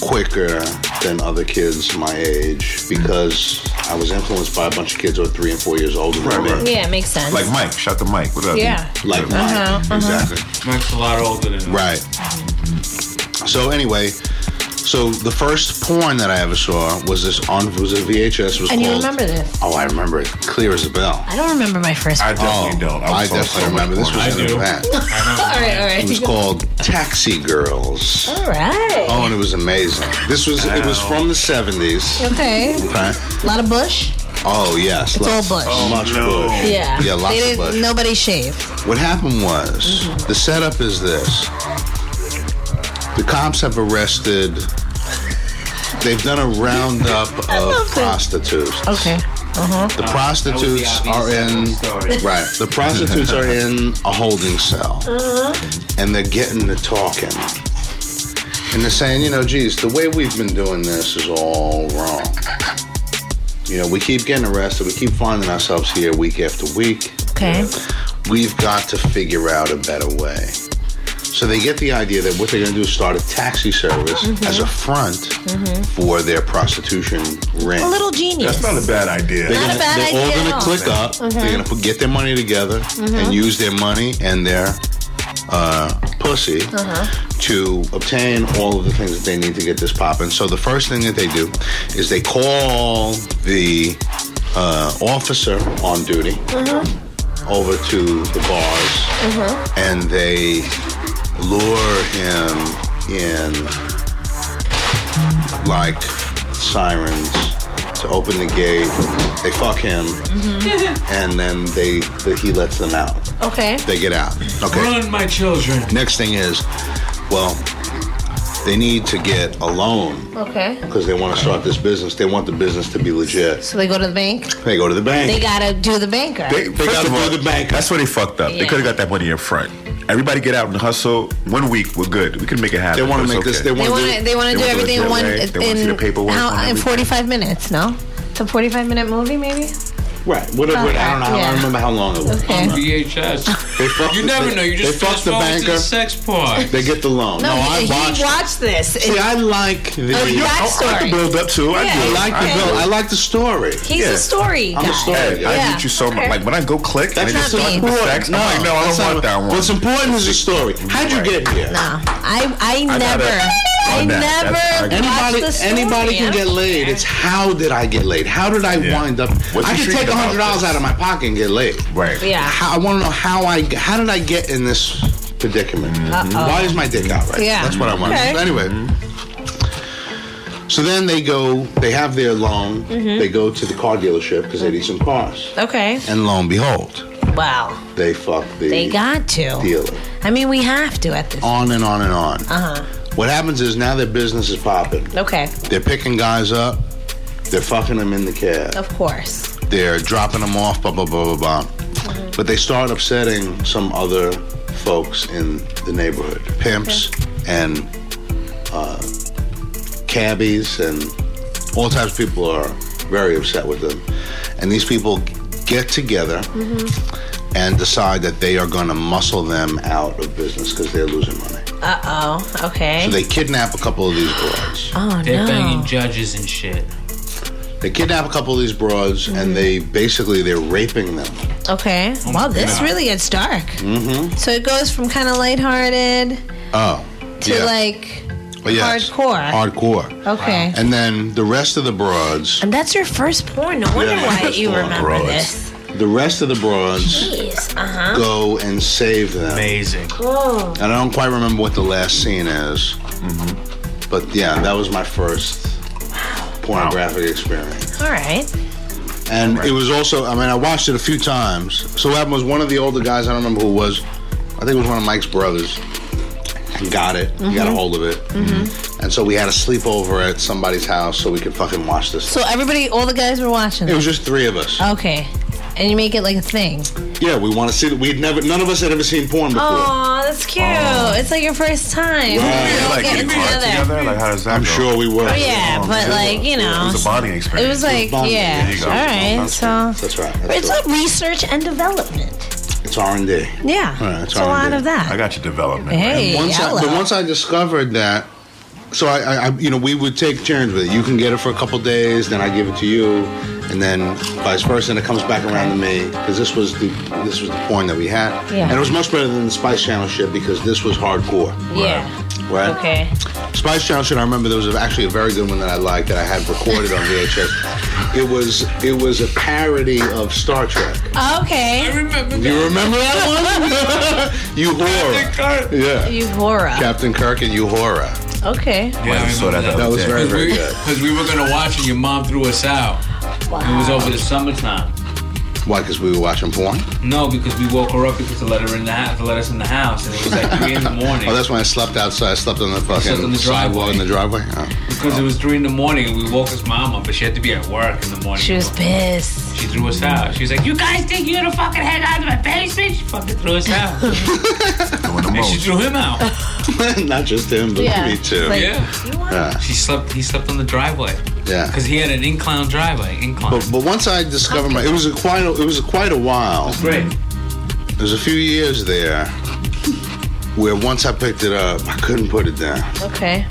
Speaker 4: quicker than other kids my age because I was influenced by a bunch of kids who were three and four years older than me.
Speaker 5: Yeah, it makes sense.
Speaker 1: Like Mike, shout to Mike. What up?
Speaker 5: Yeah.
Speaker 4: Like mine.
Speaker 5: Uh-huh, uh-huh.
Speaker 4: Exactly.
Speaker 6: Mike's a lot older than us.
Speaker 4: Right. So anyway, so the first porn that I ever saw was this on was a VHS was
Speaker 5: and you
Speaker 4: called.
Speaker 5: remember this?
Speaker 4: Oh, I remember it. Clear as a bell.
Speaker 5: I don't remember my first.
Speaker 1: I
Speaker 5: [LAUGHS] All
Speaker 1: definitely
Speaker 4: oh,
Speaker 1: don't.
Speaker 4: I,
Speaker 1: was so-
Speaker 4: definitely
Speaker 1: so
Speaker 4: remember this
Speaker 1: much
Speaker 4: was in
Speaker 6: I
Speaker 4: the
Speaker 6: do.
Speaker 4: past.
Speaker 6: I
Speaker 5: right, all
Speaker 4: It
Speaker 5: right.
Speaker 4: was called Taxi Girls.
Speaker 5: All right.
Speaker 4: Oh, and it was amazing. This was it was from the seventies.
Speaker 5: Okay.
Speaker 4: Okay.
Speaker 5: A lot of bush.
Speaker 4: Oh yes.
Speaker 5: It's all bush.
Speaker 4: Much
Speaker 1: no.
Speaker 4: bush.
Speaker 5: Yeah.
Speaker 4: Yeah, lots
Speaker 5: they
Speaker 4: of
Speaker 5: didn't, Mm-hmm.
Speaker 4: bush.
Speaker 5: Nobody shaved.
Speaker 4: What happened was the setup is this: the cops have arrested. They've done a
Speaker 5: [LAUGHS]
Speaker 4: roundup
Speaker 5: love
Speaker 4: of
Speaker 5: that.
Speaker 4: prostitutes.
Speaker 5: Okay.
Speaker 4: The
Speaker 6: Uh, That was the
Speaker 4: prostitutes are
Speaker 6: obvious
Speaker 4: in
Speaker 6: story.
Speaker 4: right. The prostitutes are in a holding cell,
Speaker 6: Uh-huh.
Speaker 4: and they're getting to talking, and they're saying, you know, geez, the way we've been doing this is all wrong. You know, we keep getting arrested. We keep finding ourselves here week after week
Speaker 5: Okay.
Speaker 4: we've got to figure out a better way. So they get the idea that what they're going to do is start a taxi service
Speaker 6: Mm-hmm.
Speaker 4: as a front for their prostitution ring.
Speaker 5: A little
Speaker 1: That's
Speaker 5: genius.
Speaker 1: not a bad idea.
Speaker 4: they're
Speaker 5: Not a
Speaker 4: gonna-
Speaker 5: bad
Speaker 4: they're all
Speaker 5: idea Mm-hmm. at
Speaker 4: going
Speaker 5: all.
Speaker 4: to click up. They're going to put, get their money together and use their money and their uh, pussy
Speaker 5: Uh-huh.
Speaker 4: to obtain all of the things that they need to get this popping. So the first thing that they do is they call the uh, officer on duty
Speaker 5: Mm-hmm.
Speaker 4: over to the bars
Speaker 5: Uh-huh.
Speaker 4: and they lure him in like sirens to open the gate. They fuck him, and then they the, he lets them out.
Speaker 5: Okay.
Speaker 4: They get out.
Speaker 6: [LAUGHS]
Speaker 4: Okay.
Speaker 6: Run, my children.
Speaker 4: Next thing is, well, they need to get a loan
Speaker 5: Okay.
Speaker 4: because they want to start this business. They want the business to be legit.
Speaker 5: So they go to the bank.
Speaker 4: They go to the bank.
Speaker 5: They gotta do the banker.
Speaker 1: They,
Speaker 4: They
Speaker 1: first
Speaker 4: gotta
Speaker 1: of
Speaker 4: go
Speaker 1: all,
Speaker 4: to the bank.
Speaker 1: That's where they fucked up. They
Speaker 5: Yeah.
Speaker 1: could have got that money in front. Everybody get out and hustle. One week, we're good. We can make it happen.
Speaker 4: They want to
Speaker 1: It's
Speaker 4: make this.
Speaker 1: okay.
Speaker 4: They want
Speaker 5: They
Speaker 4: to.
Speaker 5: want to. They want
Speaker 1: they
Speaker 5: to do
Speaker 1: wanna do it
Speaker 5: everything in
Speaker 1: their
Speaker 5: one
Speaker 1: way. They wanna see the
Speaker 5: in,
Speaker 1: paperwork on
Speaker 5: how, in
Speaker 1: everything.
Speaker 5: 45 minutes. No, it's a 45 minute movie, maybe.
Speaker 4: Right. Whatever. I don't know. how- I
Speaker 5: Yeah.
Speaker 4: don't remember how long it was.
Speaker 5: Okay. [LAUGHS]
Speaker 6: VHS.
Speaker 4: They fuck
Speaker 6: You
Speaker 4: the-
Speaker 6: never know. You just
Speaker 4: they fuck
Speaker 6: fast
Speaker 4: the
Speaker 6: forward to
Speaker 4: banker.
Speaker 6: the sex part.
Speaker 5: [LAUGHS]
Speaker 4: They get the loan. No, I
Speaker 5: he
Speaker 4: watched.
Speaker 5: watched this.
Speaker 4: See, I like the.
Speaker 5: Oh, you
Speaker 4: I
Speaker 1: I
Speaker 5: watched
Speaker 1: can
Speaker 5: story.
Speaker 1: build up to. I
Speaker 5: Yeah.
Speaker 1: do.
Speaker 5: I
Speaker 4: like the
Speaker 5: Okay.
Speaker 4: bill. I like the story.
Speaker 5: He's
Speaker 1: Yeah.
Speaker 5: a story guy.
Speaker 4: I'm a story.
Speaker 1: Hey, I
Speaker 5: Yeah.
Speaker 1: hate you so much.
Speaker 5: Okay.
Speaker 1: Like when I go click and it just
Speaker 5: not
Speaker 1: starts
Speaker 5: me.
Speaker 1: with sex, I'm like, no, I
Speaker 4: that's
Speaker 1: don't want
Speaker 4: not-
Speaker 1: that one.
Speaker 4: What's important is the story. How'd you
Speaker 1: Right.
Speaker 4: get here?
Speaker 5: Nah, I I
Speaker 1: I gotta-
Speaker 5: never I
Speaker 1: on that, that's- I
Speaker 5: never
Speaker 1: gotta-
Speaker 5: watched
Speaker 4: Anybody,
Speaker 5: the story.
Speaker 4: anybody
Speaker 5: I
Speaker 4: can
Speaker 5: don't
Speaker 4: get laid. It's how did I get laid? How did I
Speaker 1: Yeah.
Speaker 4: wind up?
Speaker 1: What's
Speaker 4: I
Speaker 1: the
Speaker 4: could
Speaker 1: treatment
Speaker 4: take
Speaker 1: about
Speaker 4: hundred dollars
Speaker 1: this?
Speaker 4: out of my pocket and get laid.
Speaker 1: Right.
Speaker 5: Yeah.
Speaker 4: How, I want to know how I how did I get in this predicament? Why is my dick out? Right.
Speaker 5: Yeah.
Speaker 4: That's what I want.
Speaker 5: Okay.
Speaker 4: So anyway. So then they go. They have their loan.
Speaker 5: Mm-hmm.
Speaker 4: They go to the car dealership because they need some cars.
Speaker 5: Okay.
Speaker 4: And lo and behold,
Speaker 5: Wow.
Speaker 4: they fuck the
Speaker 5: They got to.
Speaker 4: dealer.
Speaker 5: I mean, we have to at this.
Speaker 4: On and on and on.
Speaker 5: Uh huh.
Speaker 4: What happens is now their business is popping.
Speaker 5: Okay.
Speaker 4: They're picking guys up. They're fucking them in the cab.
Speaker 5: Of course.
Speaker 4: They're dropping them off. Blah blah blah blah blah. But they start upsetting some other folks in the neighborhood, pimps and uh, cabbies, and all types of people are very upset with them. And these people get together and decide that they are going to muscle them out of business because they're losing money.
Speaker 5: Uh oh. Okay.
Speaker 4: So they kidnap a couple of these boys.
Speaker 5: oh
Speaker 6: They're
Speaker 5: no.
Speaker 6: banging judges and shit.
Speaker 4: They kidnap a couple of these broads, and they basically they're raping them.
Speaker 5: Okay. Wow, this
Speaker 6: Oh God.
Speaker 5: really gets dark. Mm-hmm. So it goes from kind of lighthearted
Speaker 4: Oh,
Speaker 5: to
Speaker 4: yeah.
Speaker 5: like
Speaker 4: Oh, yes.
Speaker 5: hardcore.
Speaker 4: hardcore.
Speaker 5: okay.
Speaker 4: And then the rest of the broads,
Speaker 5: And that's your first porn. No wonder
Speaker 4: Yeah, my
Speaker 5: why
Speaker 4: first
Speaker 5: you
Speaker 4: porn,
Speaker 5: remember
Speaker 1: bro.
Speaker 5: this.
Speaker 4: the rest of the broads
Speaker 5: Jeez. Uh huh.
Speaker 4: go and save them.
Speaker 6: Amazing.
Speaker 5: Oh.
Speaker 4: And I don't quite remember what the last scene is, but yeah, that was my first pornographic experience.
Speaker 5: All right.
Speaker 4: And it was also, I mean, I watched it a few times. So what happened was one of the older guys, I don't remember who it was, I think it was one of Mike's brothers, got it, he
Speaker 5: Mm-hmm.
Speaker 4: got a hold of it. And so we had a sleepover at somebody's house so we could fucking watch this.
Speaker 5: So Oh, everybody, all the guys were watching.
Speaker 4: It
Speaker 5: this.
Speaker 4: was just three of us.
Speaker 5: Okay. And you make it like a thing.
Speaker 4: Yeah, we want to see. We'd never. None of us had ever seen porn before.
Speaker 5: Oh, that's cute. It's like your first time.
Speaker 1: Yeah, like
Speaker 5: Getting
Speaker 1: getting hard
Speaker 5: together.
Speaker 1: together. Like how does that?
Speaker 4: I'm
Speaker 1: go?
Speaker 4: sure we were.
Speaker 5: Oh, yeah,
Speaker 1: Oh,
Speaker 5: but
Speaker 1: yeah.
Speaker 5: like, you know.
Speaker 1: It was a bonding
Speaker 5: It
Speaker 1: experience.
Speaker 5: was like,
Speaker 4: bonding.
Speaker 5: yeah.
Speaker 4: There you go.
Speaker 5: All right. So
Speaker 4: That's right. That's
Speaker 5: it's like
Speaker 4: right.
Speaker 5: research and development.
Speaker 4: it's R and D.
Speaker 5: Yeah.
Speaker 4: All right, that's
Speaker 5: it's a
Speaker 4: all I
Speaker 5: lot
Speaker 4: did.
Speaker 5: of that.
Speaker 1: I got your development.
Speaker 5: Hey.
Speaker 1: man.
Speaker 4: Once I,
Speaker 5: yellow.
Speaker 4: but once I discovered that, so I, I, I, you know, we would take turns with it. You can get it for a couple days, then I give it to you, and then vice versa. And it comes back around to me because this was the this was the porn that we had,
Speaker 5: Yeah.
Speaker 4: and it was much better than the Spice Channel shit because this was hardcore,
Speaker 5: yeah.
Speaker 4: right?
Speaker 5: Okay.
Speaker 4: Spice Channel shit. I remember there was actually a very good one that I liked that I had recorded on VHS. It was it was a parody of Star Trek.
Speaker 5: Okay.
Speaker 6: remember
Speaker 4: Do you remember that one? [LAUGHS] you horror. Yeah.
Speaker 5: You horror.
Speaker 4: Captain Kirk and you horror.
Speaker 5: Okay.
Speaker 6: Yeah, I
Speaker 1: saw that
Speaker 6: remember that.
Speaker 1: the
Speaker 4: That
Speaker 1: other
Speaker 4: was
Speaker 1: day.
Speaker 4: very-
Speaker 6: Because we,
Speaker 4: good.
Speaker 6: 'cause we were gonna watch and your mom threw us out. It was over the summertime.
Speaker 4: Why? Because we were watching porn.
Speaker 6: No, because we woke her up because to let her in the house, to let us in the house, and it was like three [LAUGHS] in the morning.
Speaker 4: Oh, that's when I slept outside. I slept on the
Speaker 6: slept
Speaker 4: fucking
Speaker 6: on the
Speaker 4: sidewalk
Speaker 6: driveway.
Speaker 4: in the driveway. Oh. [LAUGHS]
Speaker 6: because it was three in the morning, and we woke his mom up, but she had to be at work in the morning.
Speaker 5: She was pissed.
Speaker 6: She threw us out. She was like, "You guys think you're gonna fucking hang out in my basement?" She fucking threw us
Speaker 5: [LAUGHS]
Speaker 6: out,
Speaker 1: Doing the
Speaker 6: and she
Speaker 1: most.
Speaker 6: threw him out.
Speaker 4: Not just him, but
Speaker 5: Yeah.
Speaker 4: me too.
Speaker 5: Like-
Speaker 6: Yeah,
Speaker 5: You want
Speaker 4: yeah.
Speaker 6: she slept. He slept on the driveway
Speaker 4: yeah.
Speaker 6: because he had an incline driveway. Incline.
Speaker 4: But, but once I discovered my, it was a quite a, it was a quite a while.
Speaker 6: Great.
Speaker 4: [LAUGHS] There was a few years there where once I picked it up, I couldn't put it down.
Speaker 5: Okay.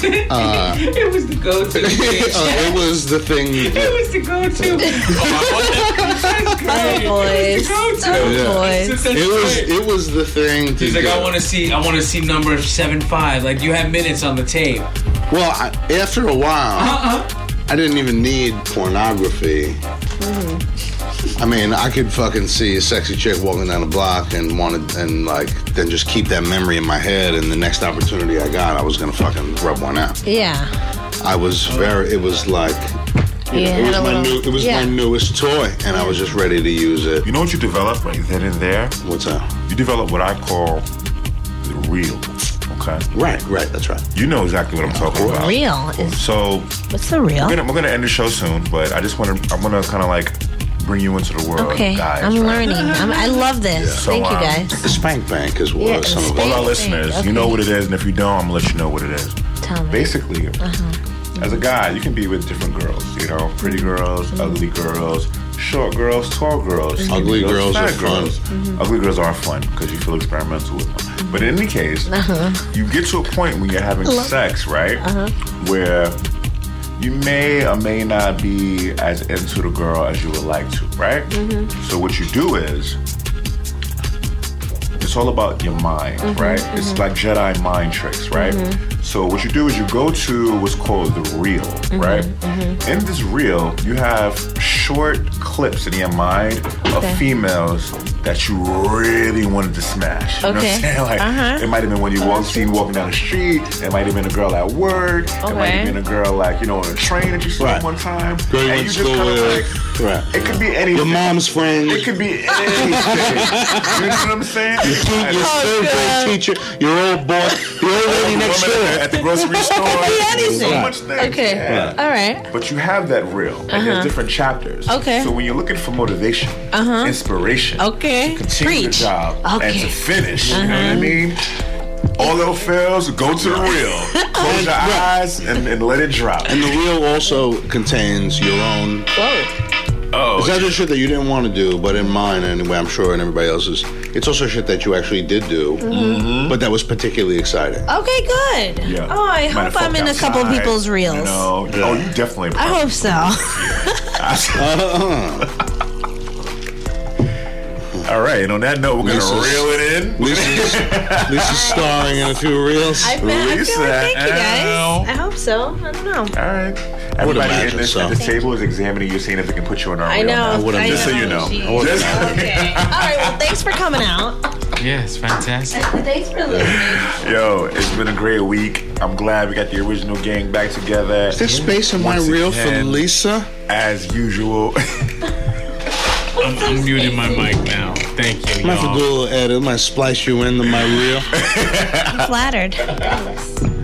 Speaker 2: It was the go-to.
Speaker 4: [LAUGHS] Uh, it was the thing.
Speaker 2: It was the go-to. [LAUGHS]
Speaker 5: Oh, boys.
Speaker 4: Yeah.
Speaker 5: Oh, boys.
Speaker 4: It was it was the thing. To
Speaker 6: He's like,
Speaker 4: do.
Speaker 6: I want to see, I want to see number seven five. Like, you have minutes on the tape.
Speaker 4: Well, I, after a while,
Speaker 2: Uh-huh.
Speaker 6: Uh-uh.
Speaker 4: I didn't even need pornography.
Speaker 5: Mm.
Speaker 4: I mean, I could fucking see a sexy chick walking down the block and wanted, and like, then just keep that memory in my head. And the next opportunity I got, I was gonna fucking rub one out.
Speaker 5: Yeah.
Speaker 4: I was very. It was like
Speaker 5: Yeah,
Speaker 4: it was
Speaker 5: Oh. a
Speaker 4: my
Speaker 5: little-
Speaker 4: new. It was
Speaker 5: yeah.
Speaker 4: my newest toy, and I was just ready to use it.
Speaker 1: You know what you develop right then and there?
Speaker 4: What's that?
Speaker 1: You develop what I call the real. Okay.
Speaker 4: Right, right. That's right.
Speaker 1: You know exactly what I'm talking about.
Speaker 5: Real is
Speaker 1: So
Speaker 5: what's the real?
Speaker 1: we're gonna, we're gonna end the show soon, but I just want to I want to kind of like bring you into the world, of
Speaker 5: Okay,
Speaker 1: guys.
Speaker 5: I'm
Speaker 1: right?
Speaker 5: learning. I'm, I love this.
Speaker 1: So,
Speaker 5: Thank you
Speaker 1: um,
Speaker 5: guys.
Speaker 4: The spank bank is what
Speaker 5: Yeah,
Speaker 4: some of
Speaker 1: All
Speaker 5: spank-
Speaker 4: us.
Speaker 1: our listeners, you know
Speaker 5: Okay.
Speaker 1: what it is, and if you don't, I'm gonna let you know what it is.
Speaker 5: Tell me.
Speaker 1: Basically, as a guy, you can be with different girls. You know, pretty girls, ugly girls, short girls, tall girls, skinny
Speaker 4: Ugly girls
Speaker 1: fat
Speaker 4: are fun.
Speaker 1: Ugly girls are fun because you feel experimental with them. But in any case, you get to a point when you're having sex, right? Where you may or may not be as into the girl as you would like to, right? So what you do is it's all about your mind,
Speaker 5: Mm-hmm,
Speaker 1: right? It's like Jedi mind tricks, right? So what you do is you go to what's called the reel,
Speaker 5: Mm-hmm,
Speaker 1: right? In this reel, you have short clips in your mind
Speaker 5: Okay.
Speaker 1: of females that you really wanted to smash. You know what
Speaker 5: Okay.
Speaker 1: I'm saying? [LAUGHS] Like
Speaker 5: Uh-huh.
Speaker 1: it might have been when you walk, seen walking down the street. It might have been a girl at work. It might
Speaker 5: Okay.
Speaker 1: have been a girl like you know on a train that you saw
Speaker 4: Right.
Speaker 1: one time.
Speaker 4: Girl you
Speaker 1: and you
Speaker 4: went to
Speaker 1: just
Speaker 4: school
Speaker 1: kind
Speaker 4: with.
Speaker 1: of like
Speaker 4: Right.
Speaker 1: it could be anything.
Speaker 4: Your mom's friend.
Speaker 1: It could be
Speaker 4: [LAUGHS]
Speaker 1: anything. you know what I'm saying?
Speaker 4: Your
Speaker 1: Like,
Speaker 4: third grade teacher, your old boy, your old lady
Speaker 1: woman
Speaker 4: next door.
Speaker 1: at the
Speaker 4: [LAUGHS]
Speaker 1: grocery store.
Speaker 5: anything.
Speaker 1: So much things.
Speaker 5: Okay.
Speaker 1: Yeah.
Speaker 5: All right. Uh-huh.
Speaker 1: But you have that reel, and there's different chapters.
Speaker 5: Okay.
Speaker 1: So when you're looking for motivation, uh-huh. inspiration,
Speaker 5: Okay.
Speaker 1: to continue your
Speaker 5: Preach.
Speaker 1: job and
Speaker 5: Okay. Uh-huh.
Speaker 1: to finish, you know what I mean? All those fails, go to the
Speaker 5: [LAUGHS]
Speaker 1: reel, close your eyes, and, and let it drop.
Speaker 4: And the reel also contains your own.
Speaker 5: Whoa.
Speaker 1: Oh,
Speaker 4: It's not just shit that you didn't want to do, but in mine anyway, I'm sure, and everybody else's. It's also shit that you actually did do,
Speaker 5: Mm-hmm.
Speaker 4: but that was particularly exciting.
Speaker 5: Okay. Good.
Speaker 1: yeah.
Speaker 5: Oh, I
Speaker 1: Might have
Speaker 5: hope I'm
Speaker 1: fucked
Speaker 5: in a couple
Speaker 1: outside,
Speaker 5: people's reels.
Speaker 1: You know? Oh, you definitely.
Speaker 5: I
Speaker 1: [LAUGHS]
Speaker 5: hope so.
Speaker 1: Uh-huh. All right, and on that note, we're
Speaker 4: This
Speaker 1: gonna
Speaker 4: is-
Speaker 1: reel it in.
Speaker 4: Lisa's, Lisa's starring in a few reels.
Speaker 5: I, bet- I feel
Speaker 1: Lisa,
Speaker 5: like, thank you
Speaker 1: ow.
Speaker 3: I
Speaker 5: guys.
Speaker 3: hope so. I don't
Speaker 1: [LAUGHS]
Speaker 3: know.
Speaker 1: All right. Everybody in
Speaker 4: imagine
Speaker 1: this,
Speaker 4: so.
Speaker 1: at this table is examining you, seeing if they can put you in our
Speaker 3: I
Speaker 1: reel
Speaker 3: know.
Speaker 1: now.
Speaker 4: I wouldn't- just so
Speaker 1: you know.
Speaker 3: Jeez.
Speaker 1: I wouldn't know.
Speaker 3: Okay.
Speaker 5: All right. Well, thanks for coming out.
Speaker 6: Yeah, it's fantastic.
Speaker 3: Thanks for listening.
Speaker 1: [LAUGHS] Yo, it's been a great week. I'm glad we got the original gang back together
Speaker 4: There's space in my
Speaker 1: Once
Speaker 4: reel for
Speaker 1: again.
Speaker 4: Lisa.
Speaker 1: as usual. [LAUGHS]
Speaker 6: I'm, I'm muting my mic now. Thank you,
Speaker 4: I might have
Speaker 6: y'all.
Speaker 4: to do a little edit. I might splice you into my reel.
Speaker 5: I'm flattered. Thanks.